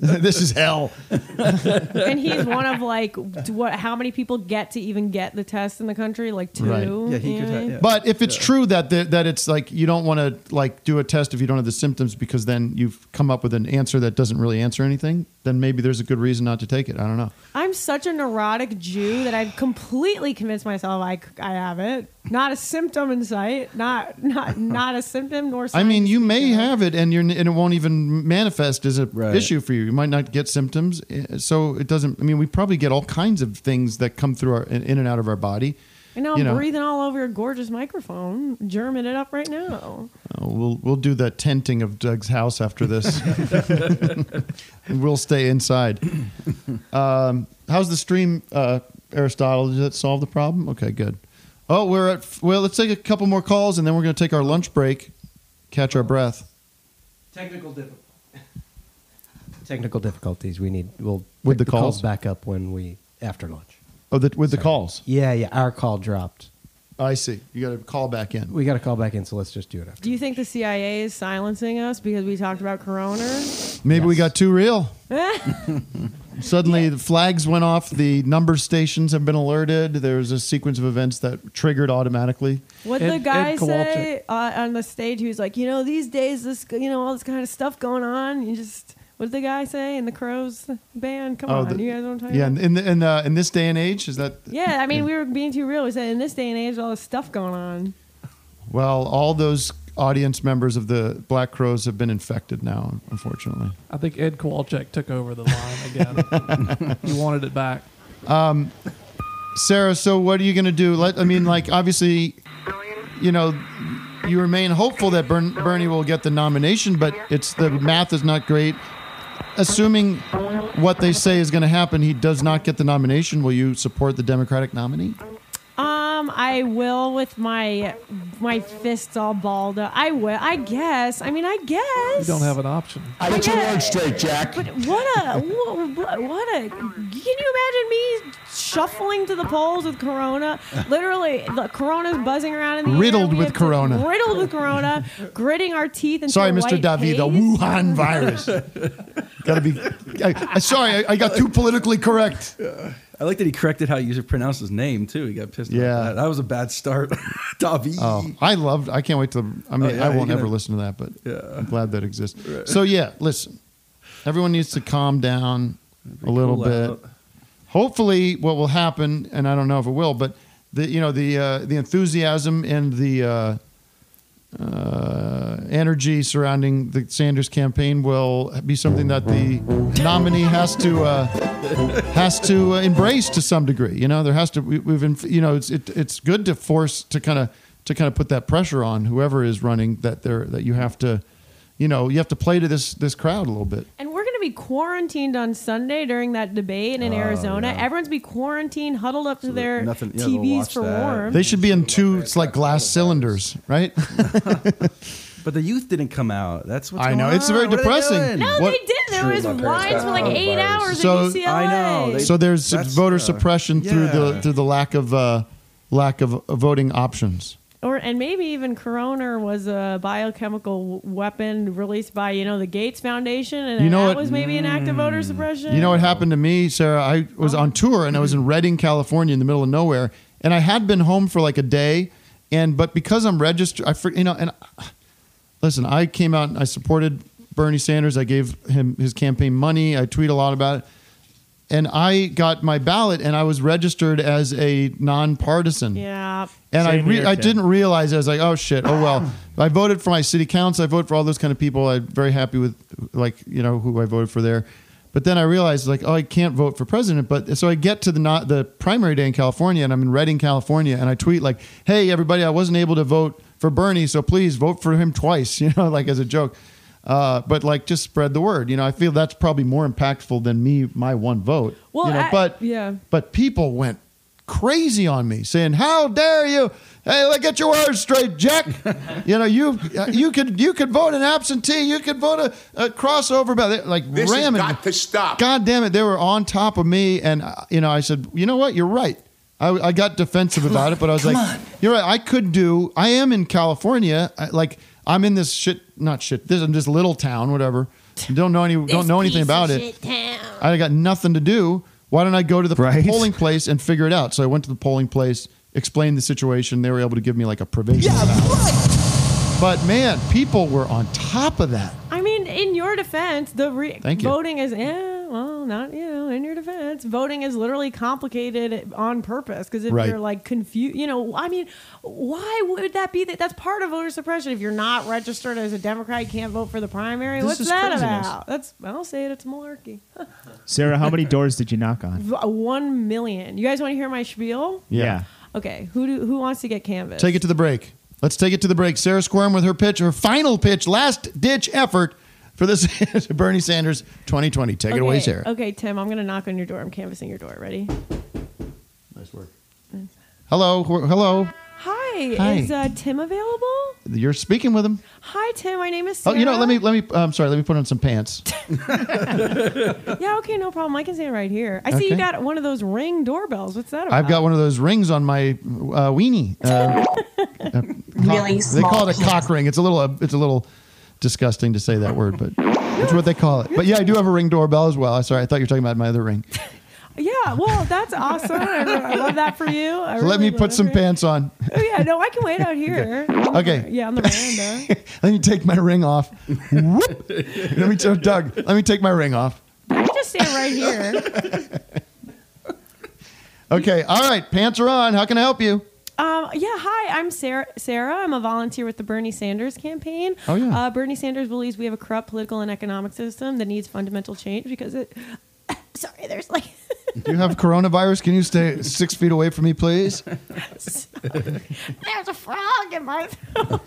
this is hell. and he's one of like d- what? How many people get to even get the test in the country? Like two. Right. Yeah, he you could know what I ha- mean? But if it's true that the, that it's like you don't want to like do a test if you don't have the symptoms because then you've come up with an answer that doesn't really answer anything, then maybe there's a good reason not to take it. I don't know. I'm such a neurotic Jew that I've completely convinced myself I, c- I have it. Not a symptom in sight. Not not not a symptom nor. I Sign. mean, you may have it and you're and it won't even manifest as a issue for you. You might not get symptoms, eh, so it doesn't. I mean, we probably get all kinds of things that come through our in and out of our body. And now I'm you know. breathing all over your gorgeous microphone, germing it up right now. Oh, we'll we'll do the tenting of Doug's house after this. and we'll stay inside. Um, how's the stream, uh, Aristotle? Did that solve the problem? Okay, good. Oh, we're at. Well, let's take a couple more calls, and then we're going to take our lunch break, catch our breath. Technical difficulties. Technical difficulties. We need. We'll With pick the calls? back up when we after lunch. Oh, the, with the calls. Yeah, yeah. Our call dropped. I see. You got to call back in. We got to call back in. So let's just do it after. Do you think the CIA is silencing us because we talked about Corona? Maybe we got too real. I Suddenly, the flags went off. The number stations have been alerted. There's a sequence of events that triggered automatically. What the guy say uh, on the stage? Who's like, you know, these days, this, you know, all this kind of stuff going on. You just, what did the guy say in the Crows band? Come on, Oh, the- you guys know what I'm talking yeah, about? in the, in, uh, in this day and age, is that Yeah, I mean, we were being too real. We said in this day and age, all this stuff going on. Well, all those audience members of the Black Crows have been infected now, unfortunately. I think Ed Kowalczyk took over the line again. he wanted it back. Um, Sarah, so what are you going to do? Let I mean, like obviously, you know, you remain hopeful that Bern, Bernie will get the nomination, but it's the math is not great. Assuming what they say is going to happen, he does not get the nomination. Will you support the Democratic nominee? Um, I will with my my fists all balled up. I will. I guess. I mean, I guess. You don't have an option. I get- straight, Jack. But what a what, what a can you imagine me shuffling to the polls with Corona? Literally, the Corona's buzzing around in the air. Riddled We with have to- Corona. Riddled with Corona, gritting our teeth. into Sorry, a Mr. white Davi, the haze. Wuhan virus. Gotta be. I, I, sorry, I, I got too politically correct. I like that he corrected how you pronounced his name too. He got pissed. Yeah, that. that was a bad start. Davi. Oh, I loved. I can't wait to. I mean, Oh, yeah, I won't you're ever gonna- listen to that, but I'm glad that exists. Right. So yeah, listen. Everyone needs to calm down a little cool bit. out. Hopefully, what will happen, and I don't know if it will, but the you know the uh, the enthusiasm and the uh, uh, energy surrounding the Sanders campaign will be something that the nominee has to uh, has to uh, embrace to some degree. You know, there has to we, we've inf- you know it's it, it's good to force to kind of to kind of put that pressure on whoever is running that there that you have to you know you have to play to this this crowd a little bit. And we're going to be quarantined on Sunday during that debate in Oh, Arizona. Everyone's be quarantined, huddled up to their nothing- yeah, they'll TVs watch for that. warmth. They should be in two it's like glass cylinders, right? But the youth didn't come out. That's what's I going know, it's on. very What are they depressing. doing? No, What- they did. There was lines for like eight hours at UCLA. I know. They- so there's that's, voter uh, suppression through the yeah. through the lack of uh, lack of voting options. Or and maybe even Corona was a biochemical w- weapon released by you know the Gates Foundation, and You know that what- Mm. was maybe an act of voter suppression. You know what happened to me, Sarah? I was on tour and I was in Redding, California, in the middle of nowhere, and I had been home for like a day, and but because I'm registered, I fr- you know, and uh, listen, I came out and I supported Bernie Sanders. I gave him his campaign money. I tweet a lot about it, and I got my ballot and I was registered as a Mm. nonpartisan. Yeah. And I, Same re- here, I Tim. didn't realize I was like, oh shit, oh well. I voted for my city council. I voted for all those kind of people. I'm very happy with like you know who I voted for there. But then I realized like, oh, I can't vote for president. But so I get to the not the primary day in California, and I'm in Redding, California, and I tweet like, hey everybody, I wasn't able to vote for Bernie, so please vote for him twice. You know, like as a joke. Uh, but like, just spread the word. You know, I feel that's probably more impactful than me, my one vote. Well, you know, I- but yeah. but people went crazy on me, saying, "How dare you? Hey, let get your words straight, Jack. you know, you you could you could vote an absentee, you could vote a, a crossover ballot, They- like This has ramming. got to stop. God damn it, they were on top of me, and uh, you know, I said, you know what, you're right. I, I got defensive about it, but I was like, you're right. I could do. I am in California. I, like I'm in this shit, not shit. This I'm this little town, whatever. Don't know any. don't know anything about it. I got nothing to do. Why don't I go to the polling place and figure it out? So I went to the polling place, explained the situation. They were able to give me like a provisional. ballot. But man, people were on top of that. I mean, in your defense, the re- Thank you. voting is yeah, well, not you know, in your defense, voting is literally complicated on purpose because if Right. you're like confused, you know, I mean, why would that be? That that's part of voter suppression. If you're not registered as a Democrat, you can't vote for the primary. This What's is that craziness. about? That's I'll say it. It's malarkey. Sarah, how many doors did you knock on? V- One million. You guys want to hear my spiel? Yeah. Okay, who do, who wants to get canvassed? Take it to the break. Let's take it to the break. Sarah Squirm with her pitch, her final pitch, last ditch effort for this Bernie Sanders 2020. Take it away, Okay, Sarah. Okay, Tim, I'm gonna knock on your door. I'm canvassing your door. Ready? Nice work. Hello, wh- hello. Hi, Hi. is uh, Tim available? You're speaking with him. Hi, Tim. My name is Oh, Sarah. you know, let me, let me. I'm sorry. Let me put on some pants. yeah, okay, no problem. I can stand right here. I see you Okay. got one of those ring doorbells. What's that about? I've got one of those rings on my uh, weenie. Uh, Really They call it a cock ring. It's a little. Uh, it's a little disgusting to say that word, but it's what they call it. But yeah, I do have a ring doorbell as well. I sorry, I thought you were talking about my other ring. Yeah, well, that's awesome. I, re- I love that for you. I So let really me put love some it. pants on. Oh, yeah, no, I can wait out here. Okay. Yeah, on the veranda. Let me take my ring off. Whoop. Let me tell Doug. Let me take my ring off. I can just stand right here. Okay. All right. Pants are on. How can I help you? Um, yeah, hi, I'm Sarah. Sarah, I'm a volunteer with the Bernie Sanders campaign. Oh, yeah. Uh, Bernie Sanders believes we have a corrupt political and economic system that needs fundamental change because it. Sorry, there's like. Do you have coronavirus? Can you stay six feet away from me, please? There's a frog in my throat.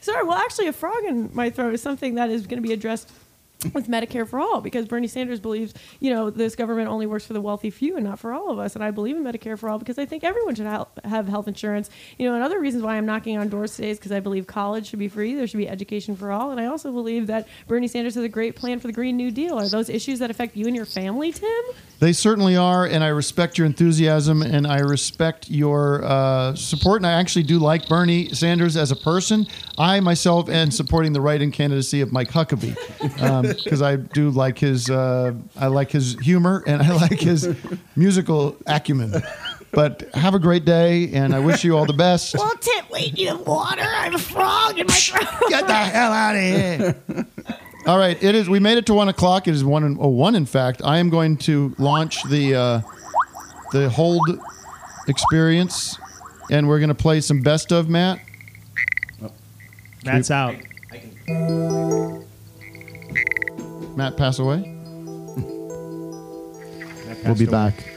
Sorry, well, actually, a frog in my throat is something that is going to be addressed with Medicare for all because Bernie Sanders believes, you know, this government only works for the wealthy few and not for all of us. And I believe in Medicare for all because I think everyone should ha- have health insurance. You know, and other reasons why I'm knocking on doors today is because I believe college should be free. There should be education for all. And I also believe that Bernie Sanders has a great plan for the Green New Deal. Are those issues that affect you and your family, Tim? They certainly are, and I respect your enthusiasm and I respect your uh, support. And I actually do like Bernie Sanders as a person. I myself am supporting the right in candidacy of Mike Huckabee because I do like his uh, I like his humor and I like his musical acumen. But have a great day, and I wish you all the best. Well, Tim, wait, you have water? I'm a frog in my throat. Get the hell out of here. All right, it is. We made it to one o'clock. It is one and oh, one. In fact, I am going to launch the uh, the hold experience, and we're going to play some best of Matt. That's out. Matt, pass away. We'll be back.